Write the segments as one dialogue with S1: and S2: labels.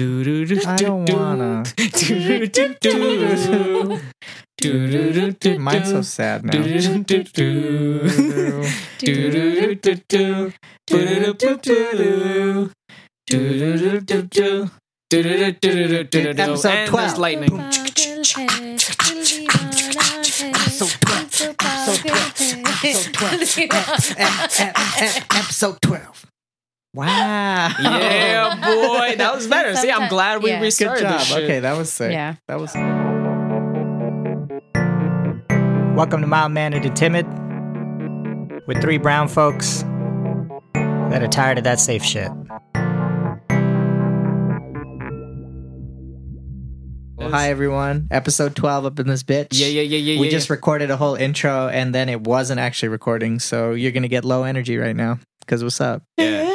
S1: I don't wanna. Mine's so sad now.
S2: Episode
S3: And there's
S2: 12.
S3: lightning.
S2: Episode 12. Wow.
S3: Yeah, boy, that was better. See, I'm glad we
S4: Yeah. Good
S3: restarted
S2: Good job.
S3: this shit.
S2: Okay, that was sick.
S4: Yeah.
S2: That was. Welcome to Mild Mannered and Timid with three brown folks that are tired of that safe shit. Well, hi, everyone. Episode 12 up in this bitch.
S3: Yeah, yeah, yeah, yeah.
S2: we
S3: yeah,
S2: just recorded a whole intro and then it wasn't actually recording, so you're going to get low energy right now because what's up?
S3: yeah.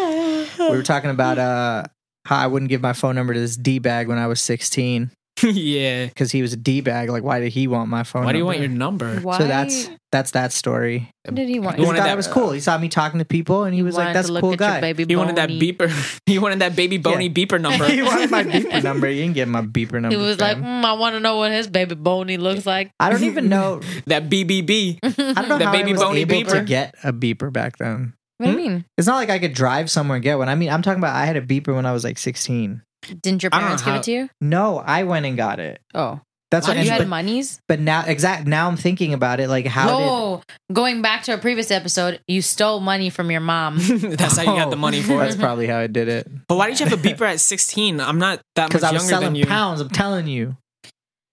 S2: we were talking about uh, how I wouldn't give my phone number to this D bag when I was 16
S3: yeah. yeah.
S2: because he was a D bag. Like, why did he want my phone?
S3: Why do you want
S2: number?
S3: your number?
S4: Why
S2: So that's that's that story.
S4: did he want?
S3: You
S2: He
S3: wanted
S2: thought
S3: that-
S2: it was cool. He saw me talking to people, and he was like, "That's a cool guy."
S4: Baby
S3: You wanted that
S4: bony.
S3: beeper. You wanted that baby bony beeper number.
S2: he wanted my beeper number. You didn't get my beeper number.
S4: He was like,
S2: fam.
S4: mm, I want to know what his baby bony looks like.
S2: "I don't even know.
S3: that BBB.
S2: I don't know
S3: The
S2: how
S3: baby
S2: I was
S3: bony
S2: able to
S3: beeper.
S2: get a beeper back then.
S4: What do you mean?
S2: It's not like I could drive somewhere and get one. I mean, I'm talking about I had a beeper when I was like 16.
S4: Didn't your
S3: I don't
S4: parents
S3: know
S4: give
S3: how-
S4: it to you?
S2: No, I went and got it.
S4: Oh,
S2: That's
S3: Why
S2: what.
S3: did
S2: and-
S4: you had
S2: but,
S4: monies.
S2: but now, exact. Now I'm thinking about it. Like, how did?
S4: oh, going back to a previous episode, you stole money from your mom.
S3: That's how you
S2: Oh.
S3: got the money for
S2: That's
S3: it.
S2: probably how I did it.
S3: But why did you have a beeper at 16? I'm not that much
S2: Because I was
S3: younger than
S2: selling
S3: you.
S2: pounds. I'm telling you.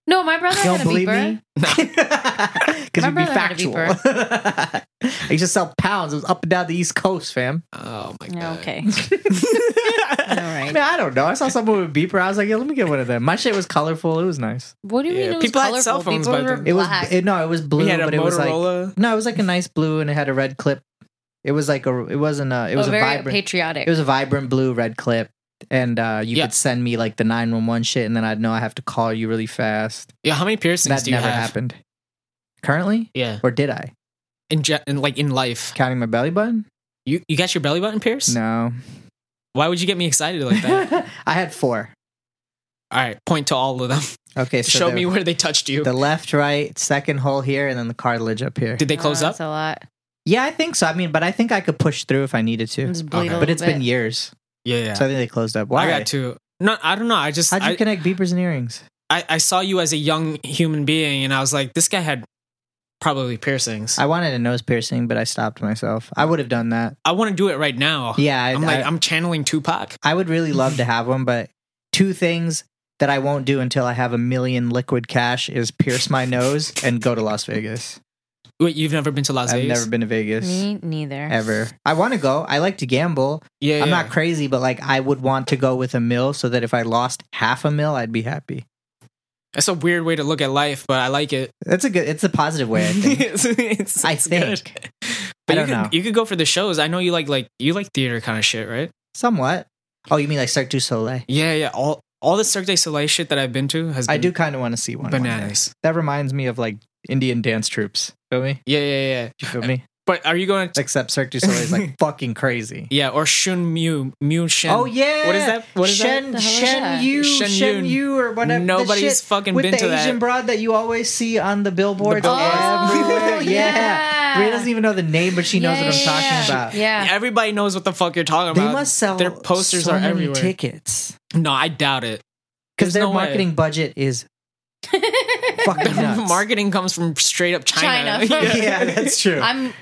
S4: No, my brother
S2: You don't
S4: had a
S2: believe
S4: beeper.
S2: me? Because
S4: My
S2: you'd be
S4: brother had a
S2: factual. I used to sell pounds. It was up and down the East Coast, fam.
S3: Oh my
S4: Yeah,
S3: god.
S4: okay. All
S2: I
S4: right.
S2: mean, I don't know. I saw someone with a beeper. I was like, yeah, let me get one of them. My shit was colorful. It was nice.
S4: What do you mean?
S3: Yeah,
S4: It was
S3: people had
S4: colorful?
S3: cell phones
S4: people
S3: back
S4: were
S3: then.
S2: It
S4: black.
S2: was it, no, it was blue,
S3: We had a
S2: but it was like
S3: Motorola.
S2: no, it was like a nice blue, and it had a red clip. It was like a. It wasn't a. It was
S4: Oh,
S2: a
S4: very
S2: vibrant.
S4: patriotic.
S2: It was a vibrant blue red clip, and uh, you
S3: Yeah.
S2: could send me like the nine one one shit, and then I'd know I have to call you really fast.
S3: yeah, how many piercings
S2: that
S3: do you
S2: never
S3: have?
S2: happened. Currently,
S3: Yeah.
S2: or did I?
S3: In, ge- in like in life.
S2: Counting my belly button?
S3: You you got your belly button pierced?
S2: No,
S3: Why would you get me excited like that?
S2: I had four.
S3: all right, point to all of them.
S2: Okay, so
S3: Show
S2: the,
S3: me where they touched you.
S2: the left, right, second hole here, and then the cartilage up here.
S3: Did they
S4: Oh,
S3: close up?
S4: That's a lot.
S2: yeah, I think so. I mean, but I think I could push through if I needed to.
S4: Just bleed
S3: Okay.
S4: a
S2: But it's
S4: little
S2: been
S4: bit.
S2: years,
S3: Yeah, yeah.
S2: so I think they closed up. Why?
S3: I got two. No, I don't know. I just
S2: How'd you
S3: I,
S2: connect beepers and earrings?
S3: I, I saw you as a young human being, and I was like, this guy had probably piercings. I,
S2: I wanted a nose piercing, but I stopped myself. I would have done that.
S3: want to do it right now.
S2: Yeah, I,
S3: Oh, I'm like,
S2: I,
S3: I'm channeling Tupac.
S2: I would really love to have one, but two things that I won't do until I have a million liquid cash is pierce my nose and go to Las Vegas.
S3: Wait, you've never been to Las
S2: I've
S3: Vegas?
S2: never been to Vegas.
S4: Me neither.
S2: Ever. I want to go. I like to gamble.
S3: Yeah,
S2: I'm
S3: yeah.
S2: not crazy, but like I would want to go with a mill so that if I lost half a mill, I'd be happy.
S3: That's a weird way to look at life, but I like it.
S2: That's a good. It's a positive way. I think.
S3: It's- it's-
S2: I
S3: it's good.
S2: think.
S3: But
S2: I
S3: you could
S2: don't know.
S3: you could go for the shows. I know you like like you like theater kind of shit, right?
S2: Somewhat. Oh, you mean like Cirque du Soleil?
S3: Yeah, yeah. All all the Cirque du Soleil shit that I've been to has been
S2: I do kind of want to see one. one day.
S3: bananas.
S2: That reminds me of like Indian dance troops. Feel me?
S3: Yeah, yeah, yeah.
S2: You feel me?
S3: But are you going to
S2: Except Cirque du Soleil is like fucking crazy.
S3: Yeah, or Shun Mu Mu Shen.
S2: Oh yeah.
S3: What is that? What is
S2: Shen
S4: The hell is
S2: Shen
S4: that?
S2: Yu
S3: Shen
S2: Shen
S3: Yun.
S2: Yu or
S3: that?
S2: whatever. the
S3: Nobody's
S2: shit
S3: fucking
S2: with
S3: been
S2: the
S3: to
S2: Asian
S3: that.
S2: broad that you always see on the billboards
S3: billboards.
S2: everywhere.
S4: Oh,
S2: yeah.
S4: yeah.
S2: Rita doesn't even know the name, but she knows what I'm talking about.
S4: Yeah.
S3: Everybody knows what the fuck you're talking
S2: They
S3: about.
S2: must sell
S3: their posters
S2: so
S3: are
S2: many
S3: everywhere.
S2: tickets
S3: no, I doubt it. There's
S2: because their
S3: no way.
S2: marketing budget is fucking nuts.
S3: Marketing comes from straight up China.
S4: China.
S3: Yeah.
S2: yeah, that's true.
S4: I'm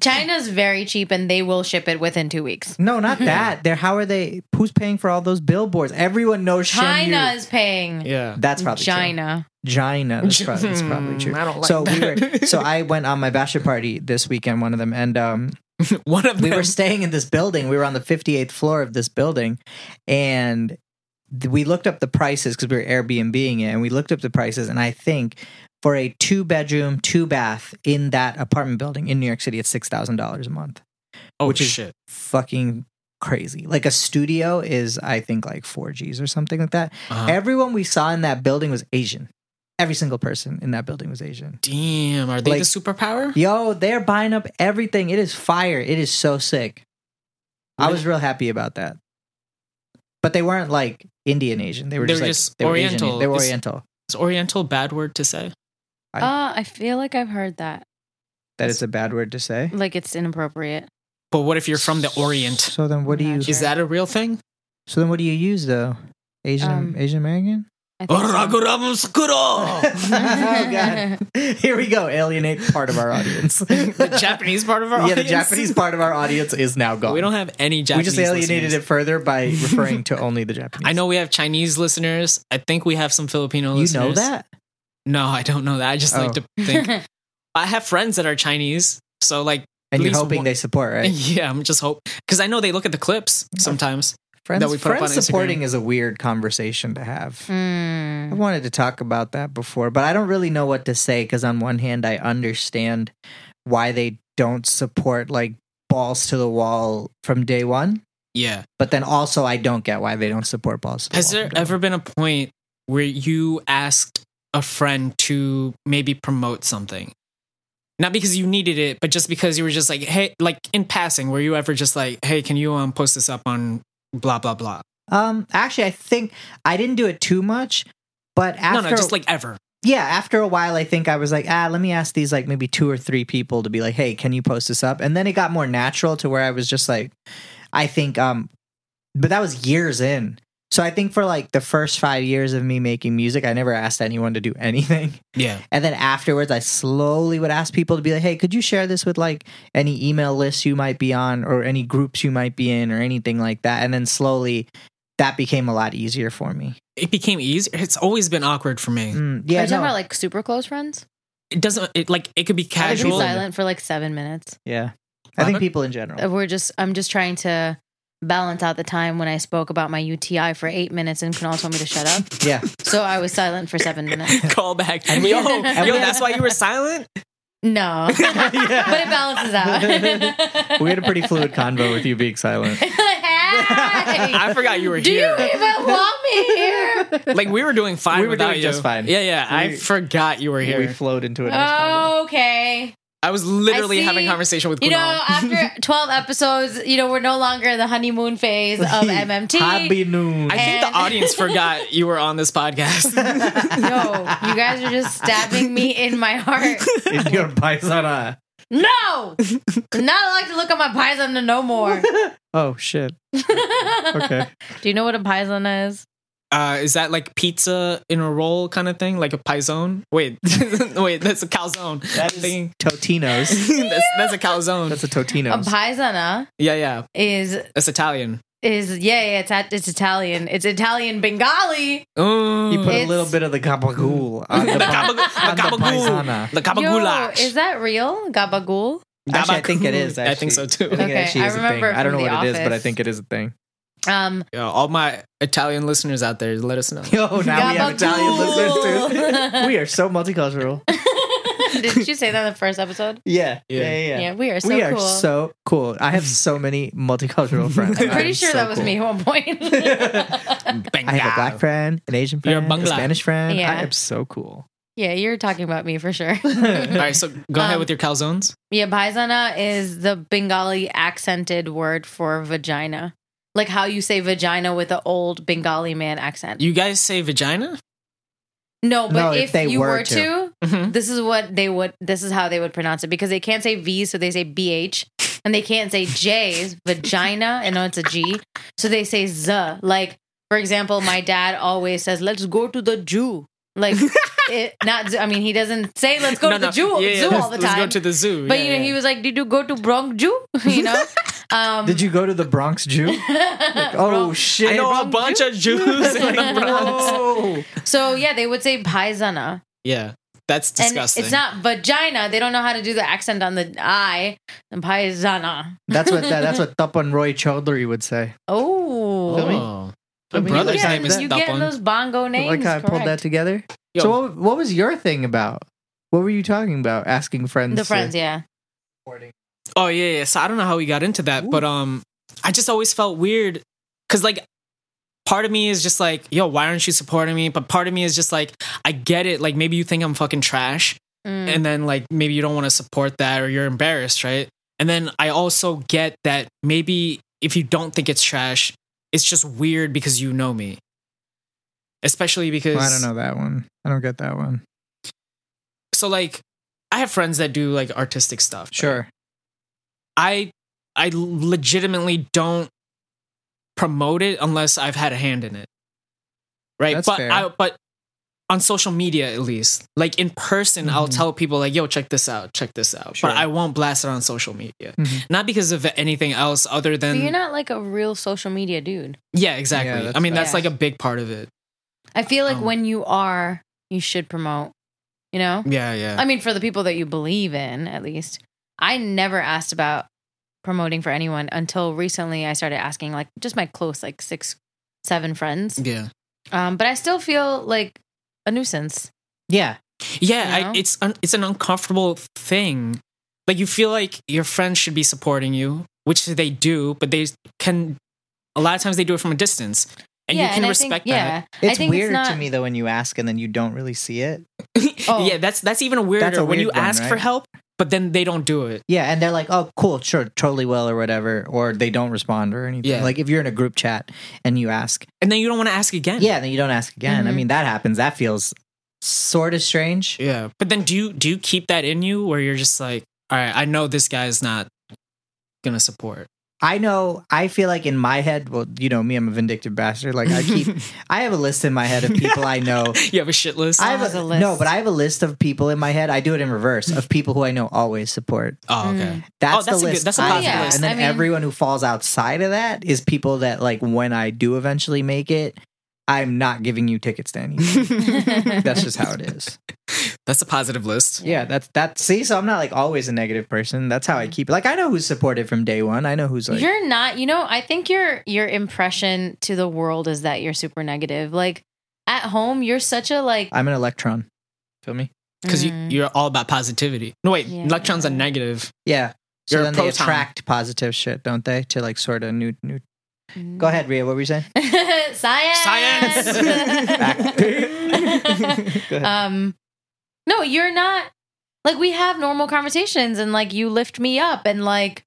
S4: China's very cheap and they will ship it within two weeks.
S2: no, not that. They're how are they? Who's paying for all those billboards? Everyone knows Shen
S4: China
S2: Yu.
S4: is paying.
S3: yeah.
S2: That's probably China. True. China.
S4: China.
S2: That's probably, that's probably true.
S3: Hmm, I don't like
S2: so we
S3: that.
S2: were. So I went on my bachelor party this weekend. One of them, and um,
S3: One of
S2: we
S3: them.
S2: were staying in this building. We were on the 58th floor of this building, and th- we looked up the prices because we were Airbnbing it, and we looked up the prices. And I think for a two bedroom, two bath in that apartment building in New York City, it's six thousand dollars a month.
S3: oh
S2: which is-
S3: shit.
S2: Fucking crazy! Like a studio is, I think, like four Gs or something like that.
S3: Uh-huh.
S2: Everyone we saw in that building was Asian. Every single person in that building was Asian.
S3: Damn, are they
S2: Like-
S3: the superpower?
S2: Yo, they're buying up everything. It is fire. It is so sick. I
S3: Really?
S2: was real happy about that. But they weren't like Indian Asian. They were
S3: They
S2: just,
S3: were
S2: like,
S3: just
S2: they were Asian-
S3: Oriental.
S2: they were
S3: It's-
S2: Oriental.
S3: Is Oriental a bad word to say?
S2: I-
S4: uh, I feel like I've heard that.
S2: That is a bad word to say.
S4: Like it's inappropriate.
S3: But what if you're from the Orient?
S2: So then, what do you?
S4: Imagine.
S3: Is that a real thing?
S2: So then, what do you use though? Asian
S4: Um,
S2: Asian American?
S4: I think so.
S3: Oraguram Sakuro!
S2: oh god! Here we go. Alienate part of our audience.
S3: the Japanese part of our
S2: yeah,
S3: audience.
S2: the Japanese part of our audience is now gone.
S3: We don't have any Japanese.
S2: We just alienated
S3: listeners.
S2: it further by referring to only the Japanese.
S3: I know we have Chinese listeners. I think we have some Filipino
S2: you
S3: listeners.
S2: know that. Oh.
S3: No, I don't know that. I just like to think. I have friends that are Chinese, so like,
S2: And you're
S3: least
S2: hoping
S3: one-
S2: they support, right?
S3: yeah, I'm just hope because I know they look at the clips sometimes.
S2: Friends,
S3: that we put up
S2: friends
S3: on Instagram.
S2: supporting is a weird conversation to have.
S4: Mm.
S2: I wanted to talk about that before, but I don't really know what to say because on one hand, I understand why they don't support like balls to the wall from day one,
S3: Yeah.
S2: but then also I don't get why they don't support balls. To the
S3: Has
S2: wall
S3: there
S2: from day
S3: ever been a point where you asked a friend to maybe promote something? Not because you needed it, but just because you were just like, hey, like in passing, were you ever just like, hey, can you um post this up on blah blah blah?
S2: one? Um, actually, I think I didn't do it too much, but after
S3: no, no, just like ever.
S2: yeah, after a while, I think I was like, ah, let me ask these like maybe two or three people to be like, hey, can you post this up? And then it got more natural to where I was just like, I think, um, but that was years in. So I think for like the first five years of me making music, I never asked anyone to do anything.
S3: Yeah.
S2: And then afterwards, I slowly would ask people to be like, hey, could you share this with like any email lists you might be on or any groups you might be in or anything like that? And then slowly that became a lot easier for me.
S3: It became easier. It's always been awkward for me.
S2: Mm,
S4: Are
S2: yeah.
S4: you talking
S2: no.
S4: about like super close friends?
S3: It doesn't it like it could be
S4: I could be
S3: casual.
S4: silent for like seven minutes.
S2: yeah. I think
S3: Robert?
S2: people in general.
S4: Uh, We're just. I'm just trying to balance out the time when I spoke about my UTI for eight minutes and Kunal told me to shut up.
S2: Yeah.
S4: So I was silent for seven minutes.
S3: Call back. Yo,
S4: And we-
S3: yo,
S4: and we-
S3: that's why you were silent?
S4: No, but it balances out.
S2: We had a pretty fluid convo with you being silent.
S4: hey,
S3: I forgot you were
S4: do you
S3: here.
S4: even want me here?
S3: Like we were doing fine.
S2: We were
S3: without
S2: doing
S3: you.
S2: just fine.
S3: Yeah, yeah.
S2: We-
S3: I forgot you were here.
S2: We flowed into a nice
S4: Oh,
S2: convo.
S4: Okay.
S3: I was literally
S4: I see.
S3: having conversation with Kunal.
S4: You know, after 12 episodes, you know, we're no longer in the honeymoon phase of MMT.
S2: Happy noon.
S3: I think
S4: and-
S3: the audience forgot you were on this podcast.
S4: No, you guys are just stabbing me in my heart.
S2: in your paisana.
S4: No! I'm not allowed to look at my paisana no more.
S2: Oh shit. Okay.
S4: Do you know what a paisana is?
S3: Uh, is that like pizza in a roll kind of thing, like a piezone? Wait, wait, that's a calzone.
S2: That
S3: I'm
S2: is-
S3: thinking-
S2: Totinos.
S3: that's, that's a calzone.
S2: That's a
S4: A
S2: Totinos.
S4: paisana
S3: yeah, yeah,
S4: is,
S3: that's Italian.
S4: is yeah, yeah it's, at, it's Italian. It's Italian Bengali.
S3: Mm.
S2: you put a
S4: It's-
S2: little bit of the gabagool on the,
S3: the
S2: pa-
S3: gabagool,
S2: on
S3: the
S2: the
S3: gabagool,
S2: paisana.
S3: the
S4: Yo,
S3: gabagoulash.
S4: is that real? Gabagool?
S2: Actually, I think it is.
S3: I think so
S2: actually.
S3: too.
S2: I think
S4: Okay,
S2: it actually
S4: I
S2: is
S4: remember
S2: a thing. I don't know
S4: from
S2: what
S4: The
S2: it is, but I
S4: Office.
S2: think it is a thing.
S4: Um,
S3: Yeah, all my Italian listeners out there, let us know.
S2: Yo, now we have Italian
S4: Gabagool.
S2: listeners too. we are so multicultural.
S4: Did you say that in the first episode?
S2: Yeah.
S3: Yeah.
S2: Yeah. Yeah.
S4: Yeah,
S2: yeah.
S4: we are so
S2: we are
S4: cool.
S2: so cool. I have so many multicultural friends.
S4: I'm
S2: I
S4: pretty
S2: am
S4: sure
S2: so
S4: that was
S2: cool.
S4: me at one point.
S3: Bengal.
S2: I have a black friend, an Asian
S3: You're a
S2: friend, a,
S3: Bangla.
S2: Spanish friend.
S4: Yeah.
S2: I am so cool.
S4: yeah, you're talking about me for sure.
S3: All right, so go ahead
S4: Um,
S3: with your calzones.
S4: yeah, paisana is the Bengali accented word for vagina. Like how you say vagina with an old Bengali man accent.
S3: You guys say vagina?
S4: no, but
S2: No,
S4: if, they you were, to,
S3: Mm-hmm.
S4: this is what they would this is how they would pronounce it because they can't say V, so they say BH. And they can't say J's vagina, and no, it's a G. So they say Z. Like, for example, my dad always says, Let's go to the Jew. Like it, not Z- I mean, he doesn't say let's go to the Jew, zoo all the time.
S3: Let's go to the zoo.
S4: but
S3: Yeah,
S4: you know,
S3: yeah.
S4: he was like, Did you go to Bronx Jew? You know? Um
S2: Did you go to the Bronx Jew? Like, oh
S4: Bronx-
S2: shit.
S3: I know a bunch of Jews in the Bronx.
S2: Whoa.
S4: So yeah, they would say paisana.
S3: Yeah, that's disgusting.
S4: And it's not vagina. They don't know how to do the accent on the I. And paisana.
S2: That's what that, that's what Tapan Roy Chowdhury would say.
S4: Oh.
S2: Feel me?
S3: Oh. My
S2: Feel me?
S3: brother's
S4: You get-
S3: name is
S4: You get
S3: Tapan.
S4: those bongo names.
S2: like how I pulled that
S4: correct.
S2: together.
S3: Yo.
S2: So what, what was your thing about? What were you talking about? Asking friends.
S4: The friends, yeah.
S3: Oh yeah, yeah. So I don't know how we got into that, but um, I just always felt weird because like part of me is just like, yo, why aren't you supporting me? But part of me is just like, I get it. Like maybe you think I'm fucking trash,
S4: Mm.
S1: Mm-hmm.
S3: and then like maybe you don't want to support that or you're embarrassed, right? And then I also get that maybe if you don't think it's trash, it's just weird because you know me. especially because
S1: Well, I don't know that one. I don't get that one.
S3: So like, I have friends that do like artistic stuff. but
S2: Sure.
S3: I I legitimately don't promote it unless I've had a hand in it. Right?
S1: That's
S3: but
S1: fair.
S3: I but on social media at least. Like in person I'll
S1: Mhm.
S3: tell people like, "Yo, check this out, check this out."
S2: Sure.
S3: But I won't blast it on social media.
S1: Mhm.
S3: Not because of anything else other
S4: But
S3: than
S4: you're not like a real social media dude.
S3: Yeah, exactly.
S1: that's
S3: I mean, that's like
S4: facts.
S3: a big part of it.
S4: I feel like
S3: Um.
S4: when you are, you should promote. You know?
S3: Yeah, yeah.
S4: I mean, for the people that you believe in, at least. I never asked about promoting for anyone until recently. I started asking, like, just my close, like six, seven friends.
S3: yeah.
S4: Um, but I still feel like a nuisance.
S2: Yeah.
S3: Yeah,
S4: You know?
S3: I, it's un, it's an uncomfortable thing. Like you feel like your friends should be supporting you, which they do, but they can a lot of times they do it from a distance, and you
S4: yeah,
S3: can
S4: I think-
S3: respect
S4: Yeah,
S3: that.
S4: I
S2: It's
S4: think
S2: weird
S4: it's not,
S2: to me though when you ask and then you don't really see it.
S4: Oh.
S3: yeah, that's that's even weirder when
S2: weird
S3: you
S2: one,
S3: ask for
S2: right?
S3: help, but then they don't do it.
S2: Yeah, and they're like, "Oh, cool, sure, totally well, or whatever," or they don't respond or anything.
S3: Yeah.
S2: Like if you're in a group chat and you ask,
S3: And then you don't want to ask again.
S2: yeah, then you don't ask again. I
S4: Mhm.
S2: mean, that happens. That feels sort of strange.
S3: yeah. But then do you do you keep that in you where you're just like, all right, I know this guy's not gonna support.
S2: I know. I feel like in my head, well, you know me, I'm a vindictive bastard. Like I keep, I have a list in my head of people I know.
S3: You have a shit list.
S2: I
S4: has
S2: have
S4: a list.
S2: no, but I have a list of people in my head. I do it in reverse of people who I know always support.
S3: oh, okay.
S4: mm.
S2: That's,
S3: Oh, that's
S2: the
S3: a good-
S2: list.
S3: that's a
S2: I
S3: positive
S2: have.
S4: list.
S2: And then
S4: I mean-
S2: everyone who falls outside of that is people that like when I do eventually make it, I'm not giving you tickets to anything. that's just how it is.
S3: That's a positive list.
S2: Yeah, that's that. See, so I'm not like always a negative person. That's how I keep. Like I know who's supported from day one. I know who's like.
S4: you're not you know i think your your impression to the world is that you're super negative like at home you're such a like
S2: I'm an electron. Feel me?
S3: Because
S4: Mm.
S3: you, you're all about positivity. No, wait,
S4: Yeah.
S3: electrons are negative.
S2: Yeah. So
S3: You're a
S2: then they
S3: proton.
S2: attract positive shit, don't they? To like sort of new new.
S3: Mm-hmm.
S2: Go ahead, Ria. What were you saying?
S4: mm. science
S3: Science!
S2: Go ahead.
S4: um no you're not like we have normal conversations and like you lift me up and like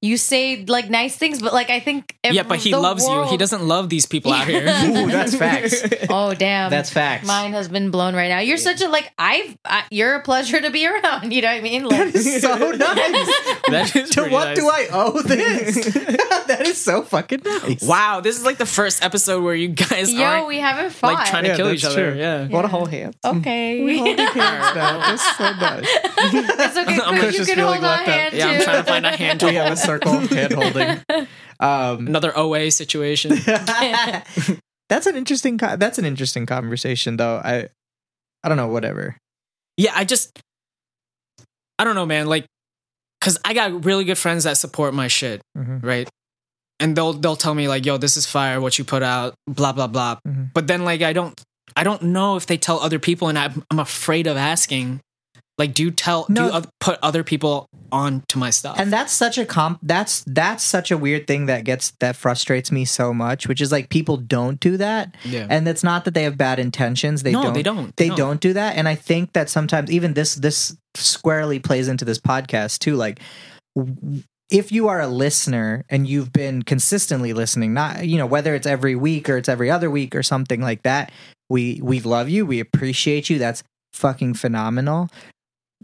S4: you say like nice things but like i think
S3: yeah, but he
S4: the
S3: loves you. He
S4: world-
S3: doesn't love these people out here.
S4: Yeah. Ooh,
S2: that's facts.
S3: Um,
S4: oh damn
S2: That's facts.
S4: mine has been blown right now you're such a like i've I, you're a pleasure to be around you know what i mean like
S2: That is so nice.
S3: That is
S2: to
S3: pretty
S2: what
S3: nice.
S2: do I owe this? that is so fucking nice.
S3: Wow, this is like the first episode where you guys
S4: Yo,
S3: aren't
S4: we haven't fought.
S3: like trying to
S2: Yeah,
S3: kill each
S2: that's
S3: other.
S2: true.
S3: Yeah.
S2: What a whole hand.
S4: okay.
S2: We hold hands now. That's so nice.
S4: it's okay.
S3: I'm
S4: Chris,
S2: just
S4: you can
S2: feeling
S4: hold our
S2: left out.
S4: hand
S3: Yeah,
S4: too.
S3: I'm trying to find a hand.
S2: We have a circle hand holding. Um,
S3: Another OA situation.
S2: that's an interesting. Co- that's an interesting conversation, though. I, I don't know. Whatever.
S3: Yeah, I just, I don't know, man. Like, cause I got really good friends that support my shit,
S2: Mhm.
S3: right? And they'll they'll tell me like, "Yo, this is fire. What you put out, blah blah blah."
S2: Mhm.
S3: But then like, I don't, I don't know if they tell other people, and I'm I'm afraid of asking. Like, do you tell? Do
S2: No.
S3: you oth- put other people on to my stuff?
S2: And that's such a comp. That's that's such a weird thing that gets that frustrates me so much, which is like people don't do that,
S3: yeah.
S2: and it's not that they have bad intentions. They
S3: no,
S2: don't.
S3: they don't.
S2: they don't do that and i think that sometimes even this this squarely plays into this podcast too like w- if you are a listener and you've been consistently listening not you know whether it's every week or it's every other week or something like that we we love you we appreciate you that's fucking phenomenal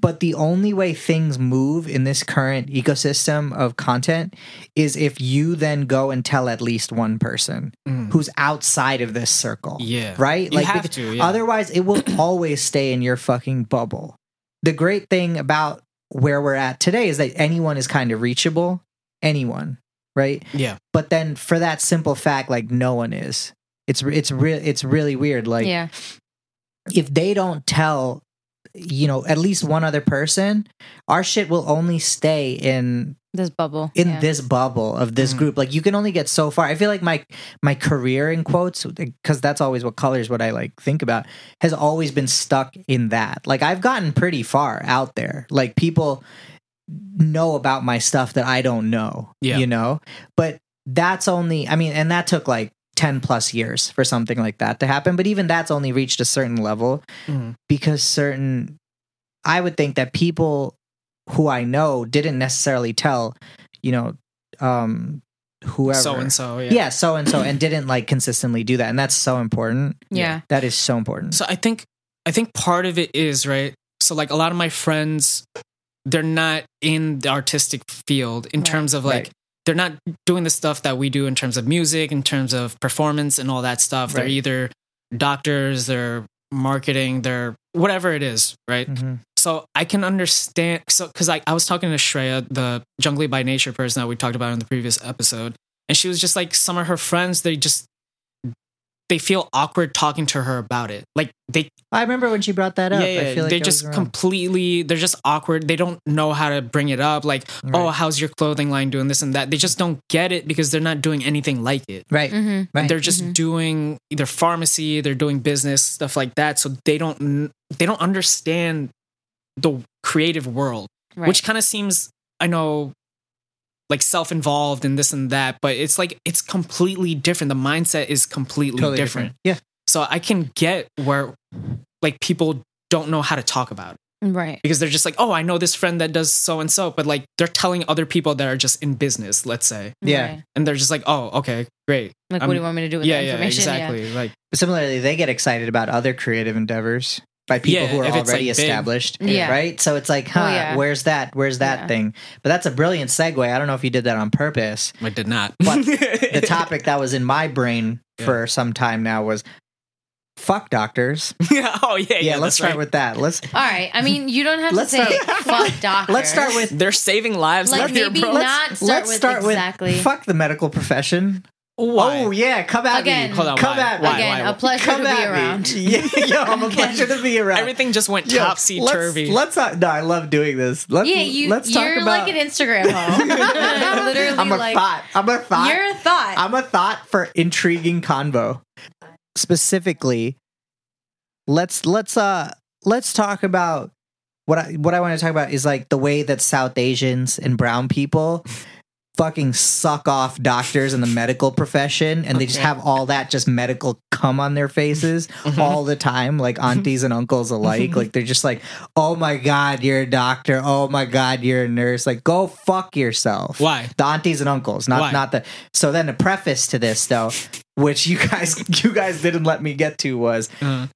S2: but the only way things move in this current ecosystem of content is if you then go and tell at least one person
S3: Mm.
S2: who's outside of this circle
S3: Yeah.
S2: right
S3: You have
S2: because-
S3: to. Yeah.
S2: Otherwise, it will always stay in your fucking bubble. The great thing about where we're at today is that anyone is kind of reachable, anyone, right?
S3: yeah.
S2: But then for that simple fact, like no one is. It's re- it's real. It's really weird. Like
S4: yeah.
S2: if they don't tell, you know, at least one other person, our shit will only stay in
S4: This bubble.
S2: in
S4: yeah.
S2: this bubble of this
S3: Mhm.
S2: group like you can only get so far i feel like my my career in quotes because that's always what colors what i like think about has always been stuck in that like i've gotten pretty far out there like people know about my stuff that i don't know
S3: Yeah.
S2: you know but that's only i mean and that took like 10 plus years for something like that to happen but even that's only reached a certain level
S3: Mm.
S2: because certain i would think that people who i know didn't necessarily tell you know um whoever.
S3: so and so. Yeah.
S2: Yeah, so and so, and didn't like consistently do that, and that's so important.
S4: Yeah.
S2: That is so important.
S3: So I think I think part of it is right. So like a lot of my friends, they're not in the artistic field in
S4: Right.
S3: terms of like
S2: Right.
S3: they're not doing the stuff that we do in terms of music, in terms of performance and all that stuff. They're
S2: Right.
S3: either doctors, they're marketing, they're whatever it is, right?
S2: Mhm.
S3: So I can understand. So because I, I was talking to Shreya, the Jungly by Nature person that we talked about in the previous episode, and she was just like some of her friends. They just they feel awkward talking to her about it. Like they
S2: I remember when she brought that up.
S3: yeah, yeah,
S2: I feel like
S3: they
S2: I was
S3: just
S2: around.
S3: completely they're just awkward. They don't know how to bring it up. Like oh,
S2: Right.
S3: how's your clothing line doing this and that? They just don't get it because they're not doing anything like it.
S2: right,
S4: Mm-hmm.
S2: right.
S3: They're just
S4: Mhm.
S3: doing either pharmacy, they're doing business stuff like that. So they don't kn- they don't understand the creative world
S4: Right.
S3: which kind of seems i know like self-involved and this and that but it's like it's completely different the mindset is completely
S2: totally
S3: different.
S2: different. Yeah,
S3: so i can get where like people don't know how to talk about it
S4: right.
S3: because they're just like oh i know this friend that does so and so but like they're telling other people that are just in business let's say
S2: Yeah.
S4: Right.
S3: and they're just like oh okay great
S4: Like,
S3: I'm-
S4: what do you want me to do with
S3: yeah
S4: that
S3: yeah
S4: information?
S3: exactly like
S2: similarly they get excited about other creative endeavors by people
S3: Yeah,
S2: who are
S3: if it's,
S2: already
S3: like, big.
S2: established
S4: Yeah.
S2: right so it's like huh
S4: Oh, yeah.
S2: where's that where's that
S4: Yeah.
S2: thing but that's a brilliant segue i don't know if you did that on purpose
S3: i did not
S2: But the topic that was in my brain
S3: Yeah.
S2: for some time now was fuck doctors
S3: oh yeah yeah,
S2: yeah, let's
S3: that's
S2: start
S3: right.
S2: with that let's
S4: All right. I mean, you don't have
S2: Let's
S4: to say
S2: start-
S4: fuck doctor.
S2: let's start with
S3: they're saving lives
S4: Like,
S3: out here,
S4: maybe
S3: bro.
S4: not- start
S2: let's
S4: with
S2: start with
S4: exactly-
S2: fuck the medical profession
S3: Why?
S2: oh yeah come at
S4: Again.
S2: me
S3: Hold on,
S2: come
S3: why?
S2: at me
S3: Why?
S4: Again,
S3: why?
S4: a pleasure
S2: come
S4: to be
S2: at me.
S4: around.
S2: yeah yo, i'm a
S4: Again.
S2: pleasure to be around
S3: Everything just went
S2: Yo,
S3: topsy turvy.
S2: Let's, let's not. No, I love doing this. Let's,
S4: Yeah, you.
S2: Let's talk
S4: you're
S2: about.
S4: like an Instagram hoe. Literally,
S2: I'm a
S4: like
S2: thought. I'm a thought.
S4: you're a thought.
S2: I'm a thought for intriguing convo. Specifically, let's let's uh let's talk about what I what I want to talk about is like the way that South Asians and brown people fucking suck off doctors and the medical profession and they just
S3: Okay.
S2: have all that just medical cum on their faces all the time like aunties and uncles alike like they're just like oh my god you're a doctor oh my god you're a nurse like go fuck yourself
S3: Why?
S2: the aunties and uncles not
S3: Why?
S2: not the so then the preface to this though which you guys you guys didn't let me get to was
S3: Uh.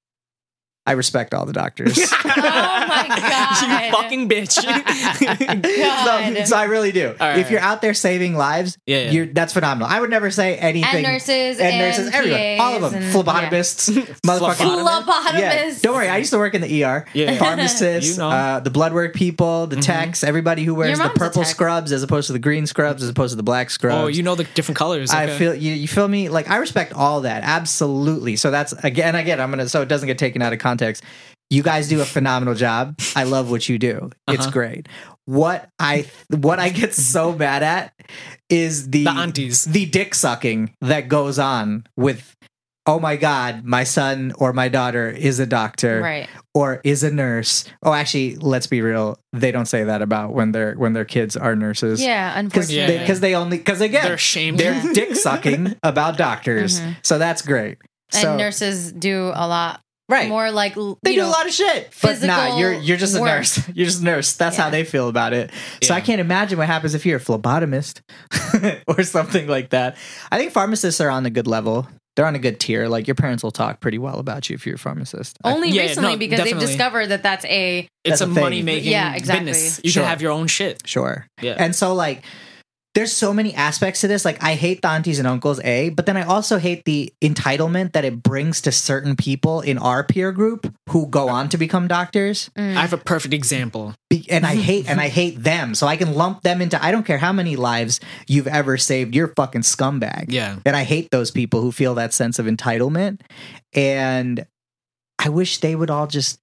S2: i respect all the doctors
S4: Oh my God.
S3: you fucking bitch.
S4: God.
S2: So, so I really do.
S3: right,
S2: if you're
S3: right.
S2: out there saving lives,
S3: Yeah, yeah.
S2: you're that's phenomenal. I would never say anything.
S4: and nurses and,
S2: and nurses, everyone, all of
S4: PAs
S2: them,
S4: and-
S2: phlebotomists, motherfucking.
S3: Phlebotomists.
S2: Yeah.
S4: Phlebotomists.
S2: Don't worry, I used to work in the ER.
S3: Yeah.
S2: Pharmacists,
S3: You know. Mm-hmm.
S2: uh, the blood work people, the techs, everybody who wears the
S4: mom's a
S2: purple
S4: tech.
S2: scrubs as opposed to the green scrubs as opposed to the black scrubs.
S3: oh, you know the different colors.
S2: I
S3: okay.
S2: feel you. You feel me? Like I respect all that, absolutely. So that's again, again. I'm gonna so it doesn't get taken out of context. You guys do a phenomenal job. I love what you do. It's
S3: Uh-huh.
S2: great. What I what I get so mad at is the
S3: the aunties.
S2: the dick sucking that goes on with. Oh my God, my son or my daughter is a doctor
S4: Right.
S2: or is a nurse. Oh, actually, let's be real. They don't say that about when their when their kids are nurses.
S4: Yeah.
S2: Because
S4: Unfortunately.
S2: they, 'cause they only because again
S3: They're ashamed.
S2: they're
S4: Yeah.
S2: dick sucking about doctors.
S4: Mhm.
S2: So that's great.
S4: and
S2: So
S4: nurses do a lot
S2: right.
S4: more like l-
S2: they
S4: you
S2: do a
S4: know,
S2: lot of shit. But nah,
S4: physical
S2: you're you're just a
S4: work.
S2: nurse. You're just a nurse. That's how
S4: Yeah.
S2: they feel about it. So I
S3: Yeah.
S2: can't imagine what happens if you're a phlebotomist or something like that. I think pharmacists are on a good level. They're on a good tier. Like your parents will talk pretty well about you if you're a pharmacist. I-
S4: only
S3: Yeah,
S4: recently
S3: no,
S4: because
S3: definitely.
S4: they've discovered that that's a
S3: it's
S2: That's
S3: a,
S2: a thing.
S3: money making
S4: Yeah, exactly.
S3: business. You
S2: Sure.
S3: should have your own shit.
S2: sure.
S3: Yeah.
S2: And so like there's so many aspects to this. Like I hate the aunties and uncles, A, but then I also hate the entitlement that it brings to certain people in our peer group who go on to become doctors.
S4: mm,
S3: I have a perfect example.
S2: Be- and I hate and I hate them. So I can lump them into I don't care how many lives you've ever saved, you're a fucking scumbag.
S3: Yeah.
S2: And I hate those people who feel that sense of entitlement. And I wish they would all just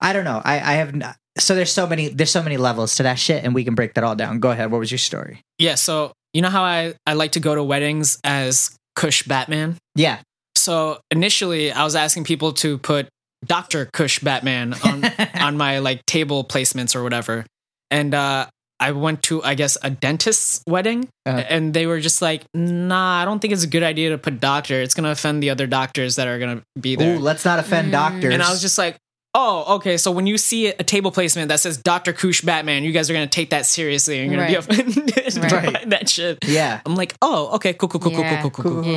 S2: I don't know. I, I have not, so there's so many there's so many levels to that shit and we can break that all down. Go ahead. What was your story?
S3: Yeah. So you know how I, I like to go to weddings as Kush Batman?
S2: Yeah.
S3: So initially I was asking people to put Dr. Kush Batman on on my like table placements or whatever. And uh, I went to, I guess, a dentist's wedding,
S2: Uh-huh.
S3: and they were just like, "Nah, I don't think it's a good idea to put doctor. It's gonna offend the other doctors that are gonna be there."
S2: Ooh, let's not offend
S4: Mm.
S2: doctors.
S3: and I was just like, oh, okay. So when you see a table placement that says Dr. Koosh Batman, you guys are going to take that seriously and you're going
S4: Right.
S3: to be offended
S2: Right.
S3: by that shit.
S2: Yeah.
S3: I'm like, oh, okay, cool, cool, cool, cool,
S4: Yeah.
S3: cool, cool, cool, cool.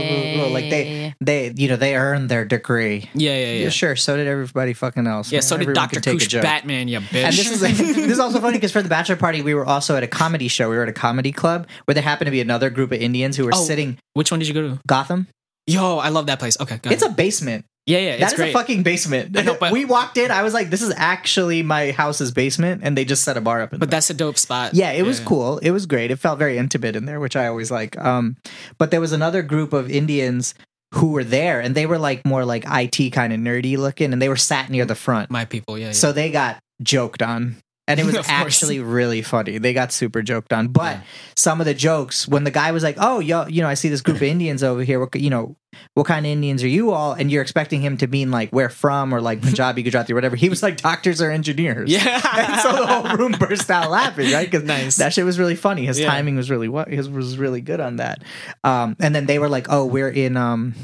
S2: like they they you know they earned their degree.
S3: Yeah, yeah, yeah.
S2: Yeah, sure. So did everybody fucking else.
S3: Yeah, so did
S2: Everyone
S3: Dr.
S2: could take a
S3: Koosh
S2: joke.
S3: Batman, you bitch.
S2: And this is this is also funny because for the bachelor party, we were also at a comedy show. We were at a comedy club where there happened to be another group of Indians who were
S3: Oh.
S2: sitting
S3: Which one did you go to?
S2: Gotham.
S3: Yo, I love that place. Okay, go
S2: It's a
S3: ahead.
S2: basement.
S3: yeah, yeah, Uh-huh. it's
S2: that is
S3: great.
S2: a fucking basement.
S3: I know, but-
S2: we walked in. I was like, "This is actually my house's basement," and they just set a bar up. In
S3: but
S2: there.
S3: that's a dope spot.
S2: yeah, it was cool. It was great. It felt very intimate in there, which I always like. Um, but there was another group of Indians who were there, and they were like more like IT kind of nerdy looking, and they were sat near the front,
S3: My people, yeah, yeah.
S2: so they got joked on. And it was
S3: Of course.
S2: actually really funny. They got super joked on. But
S3: Yeah.
S2: some of the jokes, when the guy was like, "Oh, yo, you know, I see this group of Indians over here. What, ki- you know, what kind of Indians are you all?" And you're expecting him to mean like where from or like Punjabi, Gujarati, whatever. He was like doctors or engineers.
S3: yeah.
S2: and so the whole room burst out laughing, right? Because
S3: Nice.
S2: that shit was really funny. His
S3: Yeah.
S2: timing was really what his was really good on that. Um, and then they were like, "Oh, we're in um,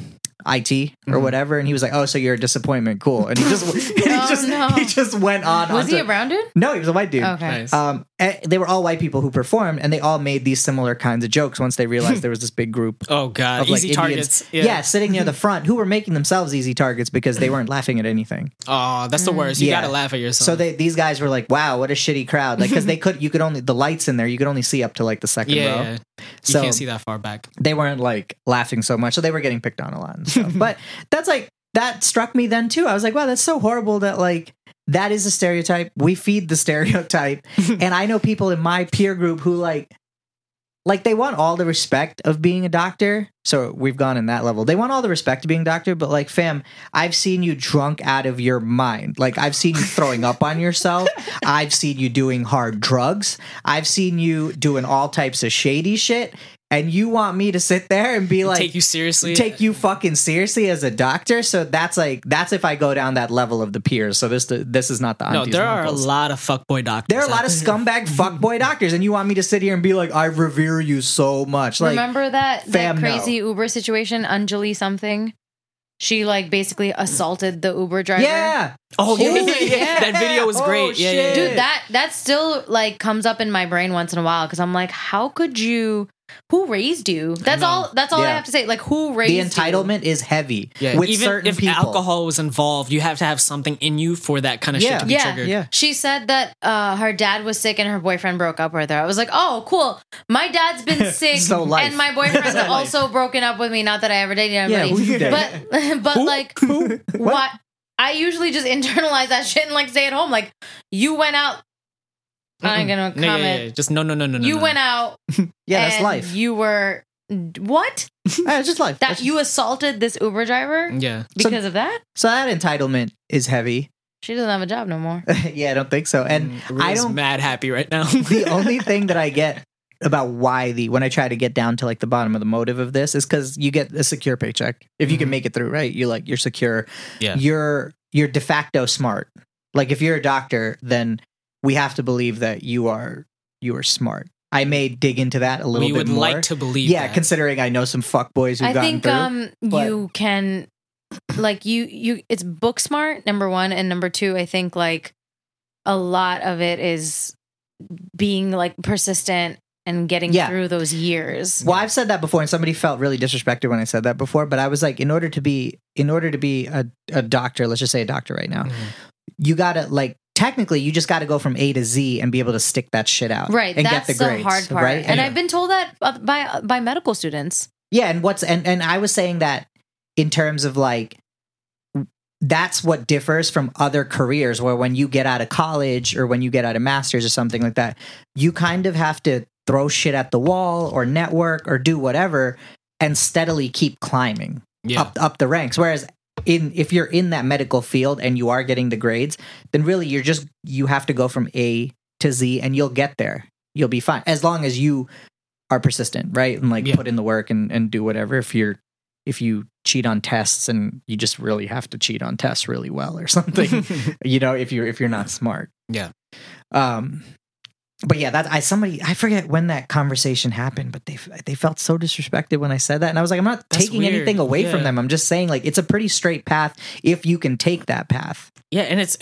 S2: IT or
S4: Mm-hmm.
S2: whatever," and he was like, "Oh, so you're a disappointment? Cool." And he just he
S4: Oh,
S2: just
S4: no.
S2: he just went on.
S4: Was
S2: onto-
S4: he a brown dude?
S2: No, he was a white dude.
S4: Okay.
S3: nice.
S2: Um, and they were all white people who performed, and they all made these similar kinds of jokes once they realized there was this big group
S3: oh god,
S2: of like
S3: easy
S2: Indians.
S3: targets.
S2: yeah, sitting near the front, who were making themselves easy targets because they weren't laughing at anything.
S3: Oh, that's the worst. You
S2: Mm, Yeah.
S3: gotta laugh at yourself.
S2: So they these guys were like, "Wow, what a shitty crowd!" Like because they could you could only the lights in there you could only see up to like the second
S3: yeah,
S2: row.
S3: yeah. you
S2: So-
S3: can't see that far back.
S2: They weren't like laughing so much, so they were getting picked on a lot. And stuff. but that's like that struck me then too. I was like, "Wow, that's so horrible that like." That is a stereotype. We feed the stereotype. and I know people in my peer group who like like they want all the respect of being a doctor. So we've gone in that level. They want all the respect of being a doctor, but like, fam, I've seen you drunk out of your mind. Like I've seen you throwing up on yourself. I've seen you doing hard drugs. I've seen you doing all types of shady shit. And you want me to sit there and be like
S3: take you seriously.
S2: take you fucking seriously as a doctor. So that's like that's if I go down that level of the peers. So this this is not the
S3: No,
S2: aunties
S3: there
S2: and
S3: are a
S2: uncles.
S3: lot of fuckboy doctors.
S2: There are a lot of
S3: out
S2: scumbag fuckboy doctors, and you want me to sit here and be like, I revere you so much. Like,
S4: Remember that, that
S2: fam,
S4: crazy Uber situation, Anjali something? She like basically assaulted the Uber driver.
S2: yeah,
S3: Oh, yeah,
S4: Holy
S3: yeah, yeah.
S2: yeah.
S3: That video was
S2: Oh,
S3: great. yeah, yeah, yeah.
S2: shit.
S4: Dude, that that still like comes up in my brain once in a while because I'm like, how could you? Who raised you? That's
S3: know.
S4: all. That's all I
S2: Yeah.
S4: have to say. Like, who raised
S2: the
S4: you?
S2: entitlement is heavy
S3: Yeah,
S2: with
S3: even
S2: certain
S3: if
S2: people.
S3: alcohol was involved, you have to have something in you for that kind of
S2: Yeah.
S3: shit to be
S4: Yeah,
S3: triggered.
S2: Yeah,
S4: She said that uh, her dad was sick and her boyfriend broke up with her. I was like, oh, cool. My dad's been sick,
S2: So life.
S4: and my boyfriend's also broken up with me. Not that I ever dated
S2: yeah.
S4: anybody,
S2: Who you dating?
S4: but but like
S2: Who?
S4: what? I usually just internalize that shit and like stay at home. Like you went out. I ain't gonna
S3: No, yeah,
S4: comment.
S3: yeah, yeah. Just no, no, no, no. no,
S4: you
S3: no.
S4: went out.
S2: Yeah, that's
S4: and
S2: life.
S4: You were what?
S2: Ah, it's just life.
S4: That
S2: That's- Mm.
S4: you assaulted this Uber driver
S3: Yeah,
S4: because of that?
S2: so that entitlement is heavy.
S4: She doesn't have a job no more.
S2: yeah, I don't think so. And
S3: Mm,
S2: I
S3: Riz
S2: don't-
S3: Mad happy right now.
S2: the only thing that I get about why the when I try to get down to like the bottom of the motive of this is because you get a secure paycheck if you can
S3: Mhm.
S2: make it through right you're like you're secure
S3: Yeah.
S2: you're you're de facto smart like if you're a doctor then we have to believe that you are you are smart I may dig into that a little
S3: we
S2: bit
S3: would
S2: more
S3: like to believe.
S2: yeah
S3: that.
S2: considering I know some fuckboys who've
S4: I
S2: gotten
S4: think
S2: through
S4: um
S2: but-
S4: you can like you you it's book smart number 1 and number 2 I think like a lot of it is being like persistent and getting
S2: Yeah.
S4: through those years.
S2: Well, I've said that before, and somebody felt really disrespected when I said that before. But I was like, in order to be, in order to be a, a doctor, let's just say a doctor right now,
S3: Mhm.
S2: you gotta like technically, you just gotta go from A to Z and be able to stick that shit out,
S4: Right,
S2: And
S4: that's
S2: get the,
S4: the,
S2: grades,
S4: hard part.
S2: right?
S4: And
S3: Yeah.
S4: I've been told that uh, by uh, by medical students.
S2: yeah, and what's and and I was saying that in terms of like that's what differs from other careers where when you get out of college or when you get out of masters or something like that you kind of have to throw shit at the wall or network or do whatever and steadily keep climbing
S3: yeah.
S2: up up the ranks. Whereas in if you're in that medical field and you are getting the grades, then really you're just you have to go from A to Z and you'll get there. You'll be fine as long as you are persistent, right? And like
S3: Yeah.
S2: put in the work and and do whatever. If you're if you cheat on tests and you just really have to cheat on tests really well or something, you know, if you're if you're not smart.
S3: Yeah.
S2: Um but yeah, that I somebody I forget when that conversation happened, but they they felt so disrespected when I said that, and I was like, I'm not
S3: That's
S2: taking
S3: weird.
S2: anything away
S3: Yeah.
S2: from them. I'm just saying like it's a pretty straight path if you can take that path.
S3: Yeah, and it's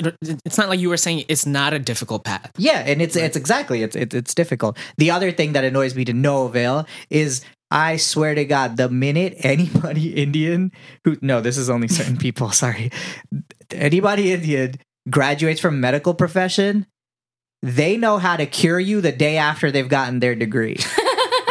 S3: it's not like you were saying it's not a difficult path.
S2: Yeah, and it's it's exactly it's it's it's difficult. The other thing that annoys me to no avail is I swear to God, the minute anybody Indian who no, this is only certain people. Sorry, anybody Indian graduates from medical profession, they know how to cure you the day after they've gotten their degree.